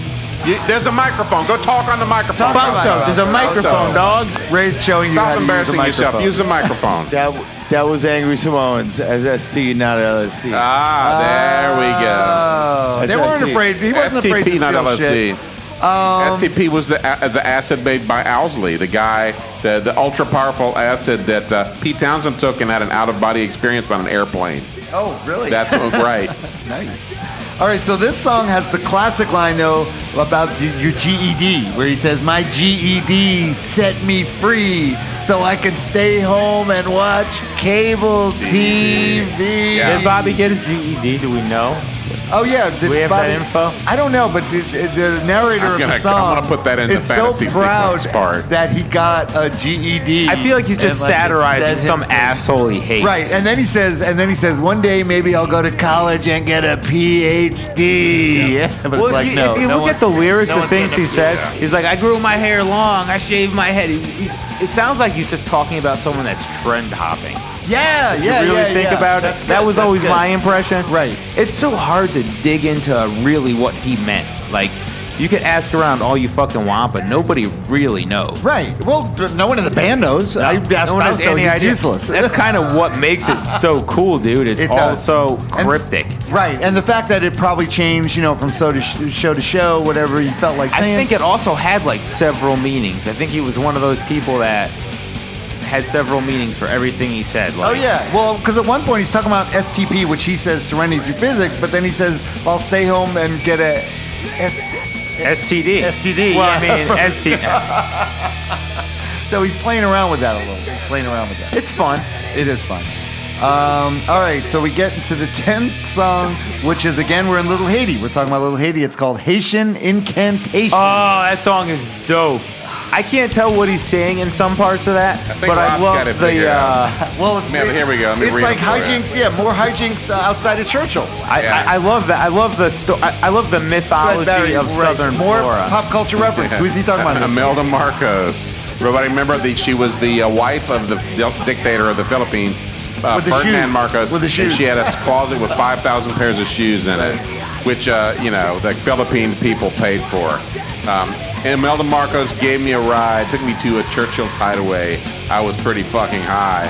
[SPEAKER 5] You- there's a microphone. Go talk on the microphone.
[SPEAKER 4] Talk on the
[SPEAKER 5] Fausto.
[SPEAKER 4] microphone.
[SPEAKER 6] there's a microphone, dog.
[SPEAKER 4] Ray's showing you how
[SPEAKER 5] Stop
[SPEAKER 4] to
[SPEAKER 5] embarrassing
[SPEAKER 4] use a
[SPEAKER 5] yourself.
[SPEAKER 4] microphone.
[SPEAKER 5] Use the microphone.
[SPEAKER 7] That that was Angry Samoans as ST, not LSD.
[SPEAKER 5] ah, there we go.
[SPEAKER 4] Oh, they weren't
[SPEAKER 7] SST.
[SPEAKER 4] afraid. He wasn't afraid
[SPEAKER 5] STP,
[SPEAKER 4] to
[SPEAKER 5] not
[SPEAKER 4] steal
[SPEAKER 5] LSD.
[SPEAKER 4] shit. Um,
[SPEAKER 5] STP was the a- the acid made by Owsley, the guy, the, the ultra powerful acid that uh, Pete Townsend took and had an out of body experience on an airplane.
[SPEAKER 4] Oh, really?
[SPEAKER 5] That's what- right.
[SPEAKER 4] Nice. All right, so this song has the classic line though about y- your GED, where he says, "My GED set me free, so I can stay home and watch cable TV."
[SPEAKER 5] Yeah.
[SPEAKER 6] Did Bobby get his GED? Do we know?
[SPEAKER 4] Oh yeah, did
[SPEAKER 6] We have
[SPEAKER 4] Bobby-
[SPEAKER 6] that info?
[SPEAKER 4] I don't know, but the, the narrator
[SPEAKER 5] I'm
[SPEAKER 4] of
[SPEAKER 5] gonna-
[SPEAKER 4] the
[SPEAKER 5] I'm
[SPEAKER 4] song
[SPEAKER 5] gonna put that in the
[SPEAKER 4] is
[SPEAKER 5] fantasy
[SPEAKER 4] so proud
[SPEAKER 5] sequence part.
[SPEAKER 4] that he got a GED.
[SPEAKER 6] I feel like he's just
[SPEAKER 4] and, like, it set him
[SPEAKER 6] satirizing some
[SPEAKER 4] free.
[SPEAKER 6] asshole he hates.
[SPEAKER 4] Right, and then he says, and then he says, one day maybe I'll go to college and get a PhD. but
[SPEAKER 6] well,
[SPEAKER 4] it's like
[SPEAKER 6] if you,
[SPEAKER 4] no,
[SPEAKER 6] if you
[SPEAKER 4] no
[SPEAKER 6] look
[SPEAKER 4] one-
[SPEAKER 6] at the lyrics,
[SPEAKER 4] no
[SPEAKER 6] the
[SPEAKER 4] one's
[SPEAKER 6] things
[SPEAKER 4] gonna
[SPEAKER 6] he said, he's like, "I grew my hair long, I shaved my head." He- he's- it sounds like he's just talking about someone that's trend hopping.
[SPEAKER 4] Yeah,
[SPEAKER 6] You
[SPEAKER 4] yeah,
[SPEAKER 6] really
[SPEAKER 4] yeah,
[SPEAKER 6] think
[SPEAKER 4] yeah.
[SPEAKER 6] about
[SPEAKER 4] That's
[SPEAKER 6] it.
[SPEAKER 4] good,
[SPEAKER 6] That was
[SPEAKER 4] that's
[SPEAKER 6] always
[SPEAKER 4] good.
[SPEAKER 6] my impression.
[SPEAKER 4] Right.
[SPEAKER 6] It's so hard to dig into really what he meant. Like, you could ask around all you fucking want, but nobody really knows.
[SPEAKER 4] Right. Well, d- no one in the band knows. I asked
[SPEAKER 6] No one has
[SPEAKER 4] Fausto,
[SPEAKER 6] any
[SPEAKER 4] he's
[SPEAKER 6] idea.
[SPEAKER 4] useless.
[SPEAKER 6] That's kind of what makes it so cool, dude. It's
[SPEAKER 4] It does.
[SPEAKER 6] also
[SPEAKER 4] And-
[SPEAKER 6] cryptic.
[SPEAKER 4] right, and the fact that it probably changed, you know, from show to sh- show to show, whatever you felt like
[SPEAKER 6] I
[SPEAKER 4] saying.
[SPEAKER 6] think it also had like several meanings. I think he was one of those people that had several meanings for everything he said.
[SPEAKER 4] Oh
[SPEAKER 6] Like,
[SPEAKER 4] yeah, well, because at one point he's talking about STP, which he says serenity through physics, but then he says I'll stay home and get a S-
[SPEAKER 6] STD.
[SPEAKER 4] STD,
[SPEAKER 6] Well,
[SPEAKER 4] yeah.
[SPEAKER 6] I mean, STD.
[SPEAKER 4] So he's playing around with that a little. He's playing around with that.
[SPEAKER 6] It's fun.
[SPEAKER 4] It is fun. Um, all right, so we get into the 10th song, which is again, we're in Little Haiti. We're talking about Little Haiti. It's called Haitian Incantation.
[SPEAKER 6] Oh, that song is dope. I can't tell what he's saying in some parts of that,
[SPEAKER 5] think
[SPEAKER 6] but I
[SPEAKER 5] Rob's got it
[SPEAKER 6] love
[SPEAKER 5] figured
[SPEAKER 6] the.
[SPEAKER 5] out.
[SPEAKER 6] Uh,
[SPEAKER 4] well, it's,
[SPEAKER 5] man, here we go. Let me
[SPEAKER 4] It's
[SPEAKER 5] read
[SPEAKER 4] like
[SPEAKER 5] it for you.
[SPEAKER 4] hijinks, yeah, more hijinks uh, outside of Churchill's.
[SPEAKER 6] I,
[SPEAKER 5] Yeah.
[SPEAKER 6] I, I love that. I love the sto- I, I love the mythology of Southern
[SPEAKER 4] More
[SPEAKER 6] flora.
[SPEAKER 4] pop culture reference. Who is he talking about?
[SPEAKER 5] Imelda Marcos. Everybody remember that she was the uh, wife of the di- dictator of the Philippines, uh,
[SPEAKER 4] With the
[SPEAKER 5] Ferdinand
[SPEAKER 4] shoes.
[SPEAKER 5] Marcos.
[SPEAKER 4] With the
[SPEAKER 5] And
[SPEAKER 4] shoes.
[SPEAKER 5] she had a closet with 5,000 pairs of shoes in it, which, uh, you know, the Philippine people paid for. Um, and Imelda Marcos gave me a ride, took me to a Churchill's hideaway. I was pretty fucking high.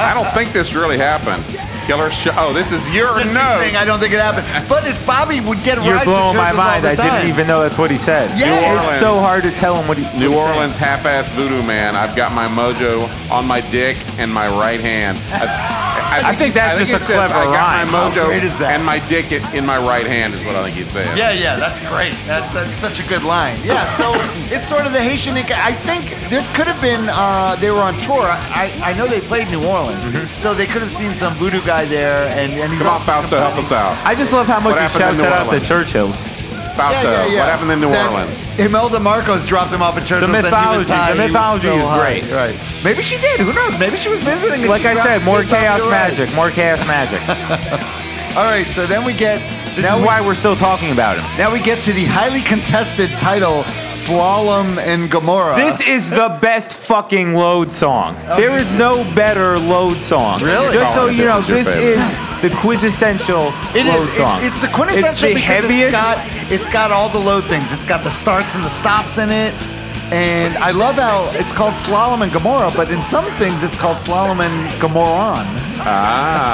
[SPEAKER 5] I don't think this really happened. Killer show. Oh, this is your
[SPEAKER 4] That's the
[SPEAKER 5] note.
[SPEAKER 4] thing, I don't think it happened. But it's Bobby would get
[SPEAKER 6] You're
[SPEAKER 4] rides to
[SPEAKER 6] blowing my
[SPEAKER 4] Churchill's all
[SPEAKER 6] mind.
[SPEAKER 4] the
[SPEAKER 6] I
[SPEAKER 4] time.
[SPEAKER 6] didn't even know that's what he said.
[SPEAKER 4] Yeah. New
[SPEAKER 6] it's so hard to tell him what he.
[SPEAKER 5] New
[SPEAKER 6] what he's saying.
[SPEAKER 5] Orleans half-ass voodoo man. I've got my mojo on my dick and my right hand. I,
[SPEAKER 6] I think that's
[SPEAKER 5] I
[SPEAKER 6] just
[SPEAKER 5] it
[SPEAKER 6] a
[SPEAKER 5] says,
[SPEAKER 6] clever
[SPEAKER 5] I got
[SPEAKER 6] rhyme. How
[SPEAKER 5] my mojo
[SPEAKER 4] great is that?
[SPEAKER 5] and my dick i- in my right hand is what I think he said.
[SPEAKER 4] Yeah, yeah, that's great. That's that's such a good line. Yeah, so it's sort of the Haitian. Inca- I think this could have been uh, they were on tour. I, I know they played New Orleans,
[SPEAKER 6] Mm-hmm.
[SPEAKER 4] so they could have seen some voodoo guy there. And, and he's
[SPEAKER 5] Come on,
[SPEAKER 4] also-
[SPEAKER 5] Fausto, help us out.
[SPEAKER 6] I just love how much
[SPEAKER 5] What
[SPEAKER 6] he shouts
[SPEAKER 5] happened in New
[SPEAKER 6] that out to
[SPEAKER 5] Orleans?
[SPEAKER 6] Churchill.
[SPEAKER 5] about the, what happened in New
[SPEAKER 4] That-
[SPEAKER 5] Orleans.
[SPEAKER 4] Imelda Marcos dropped him off at church.
[SPEAKER 6] The mythology- the mythology is great.
[SPEAKER 4] Right. Maybe she did. Who knows? Maybe she was visiting. and
[SPEAKER 6] Like
[SPEAKER 4] she
[SPEAKER 6] I
[SPEAKER 4] dropped
[SPEAKER 6] said,
[SPEAKER 4] him
[SPEAKER 6] more
[SPEAKER 4] off at
[SPEAKER 6] chaos
[SPEAKER 4] the right.
[SPEAKER 6] magic, more chaos magic.
[SPEAKER 4] All right. So then we get.
[SPEAKER 6] This
[SPEAKER 4] now
[SPEAKER 6] is
[SPEAKER 4] we,
[SPEAKER 6] why we're still talking about him.
[SPEAKER 4] Now we get to the highly contested title, Slalom and Gomorrah.
[SPEAKER 6] This is the best fucking load song. There is no better load song.
[SPEAKER 4] Really? Oh,
[SPEAKER 6] Just so
[SPEAKER 5] Colin,
[SPEAKER 6] you
[SPEAKER 5] this
[SPEAKER 6] know,
[SPEAKER 5] is your
[SPEAKER 6] this
[SPEAKER 5] favorite.
[SPEAKER 6] is the quintessential
[SPEAKER 4] It is.
[SPEAKER 6] load
[SPEAKER 4] it-
[SPEAKER 6] song.
[SPEAKER 4] it's the quintessential
[SPEAKER 6] It's the
[SPEAKER 4] because
[SPEAKER 6] heaviest.
[SPEAKER 4] it's got it's got all the load things. It's got the starts and the stops in it. And I love how it's called slalom and Gomorrah, but in some things it's called slalom and Gomorron.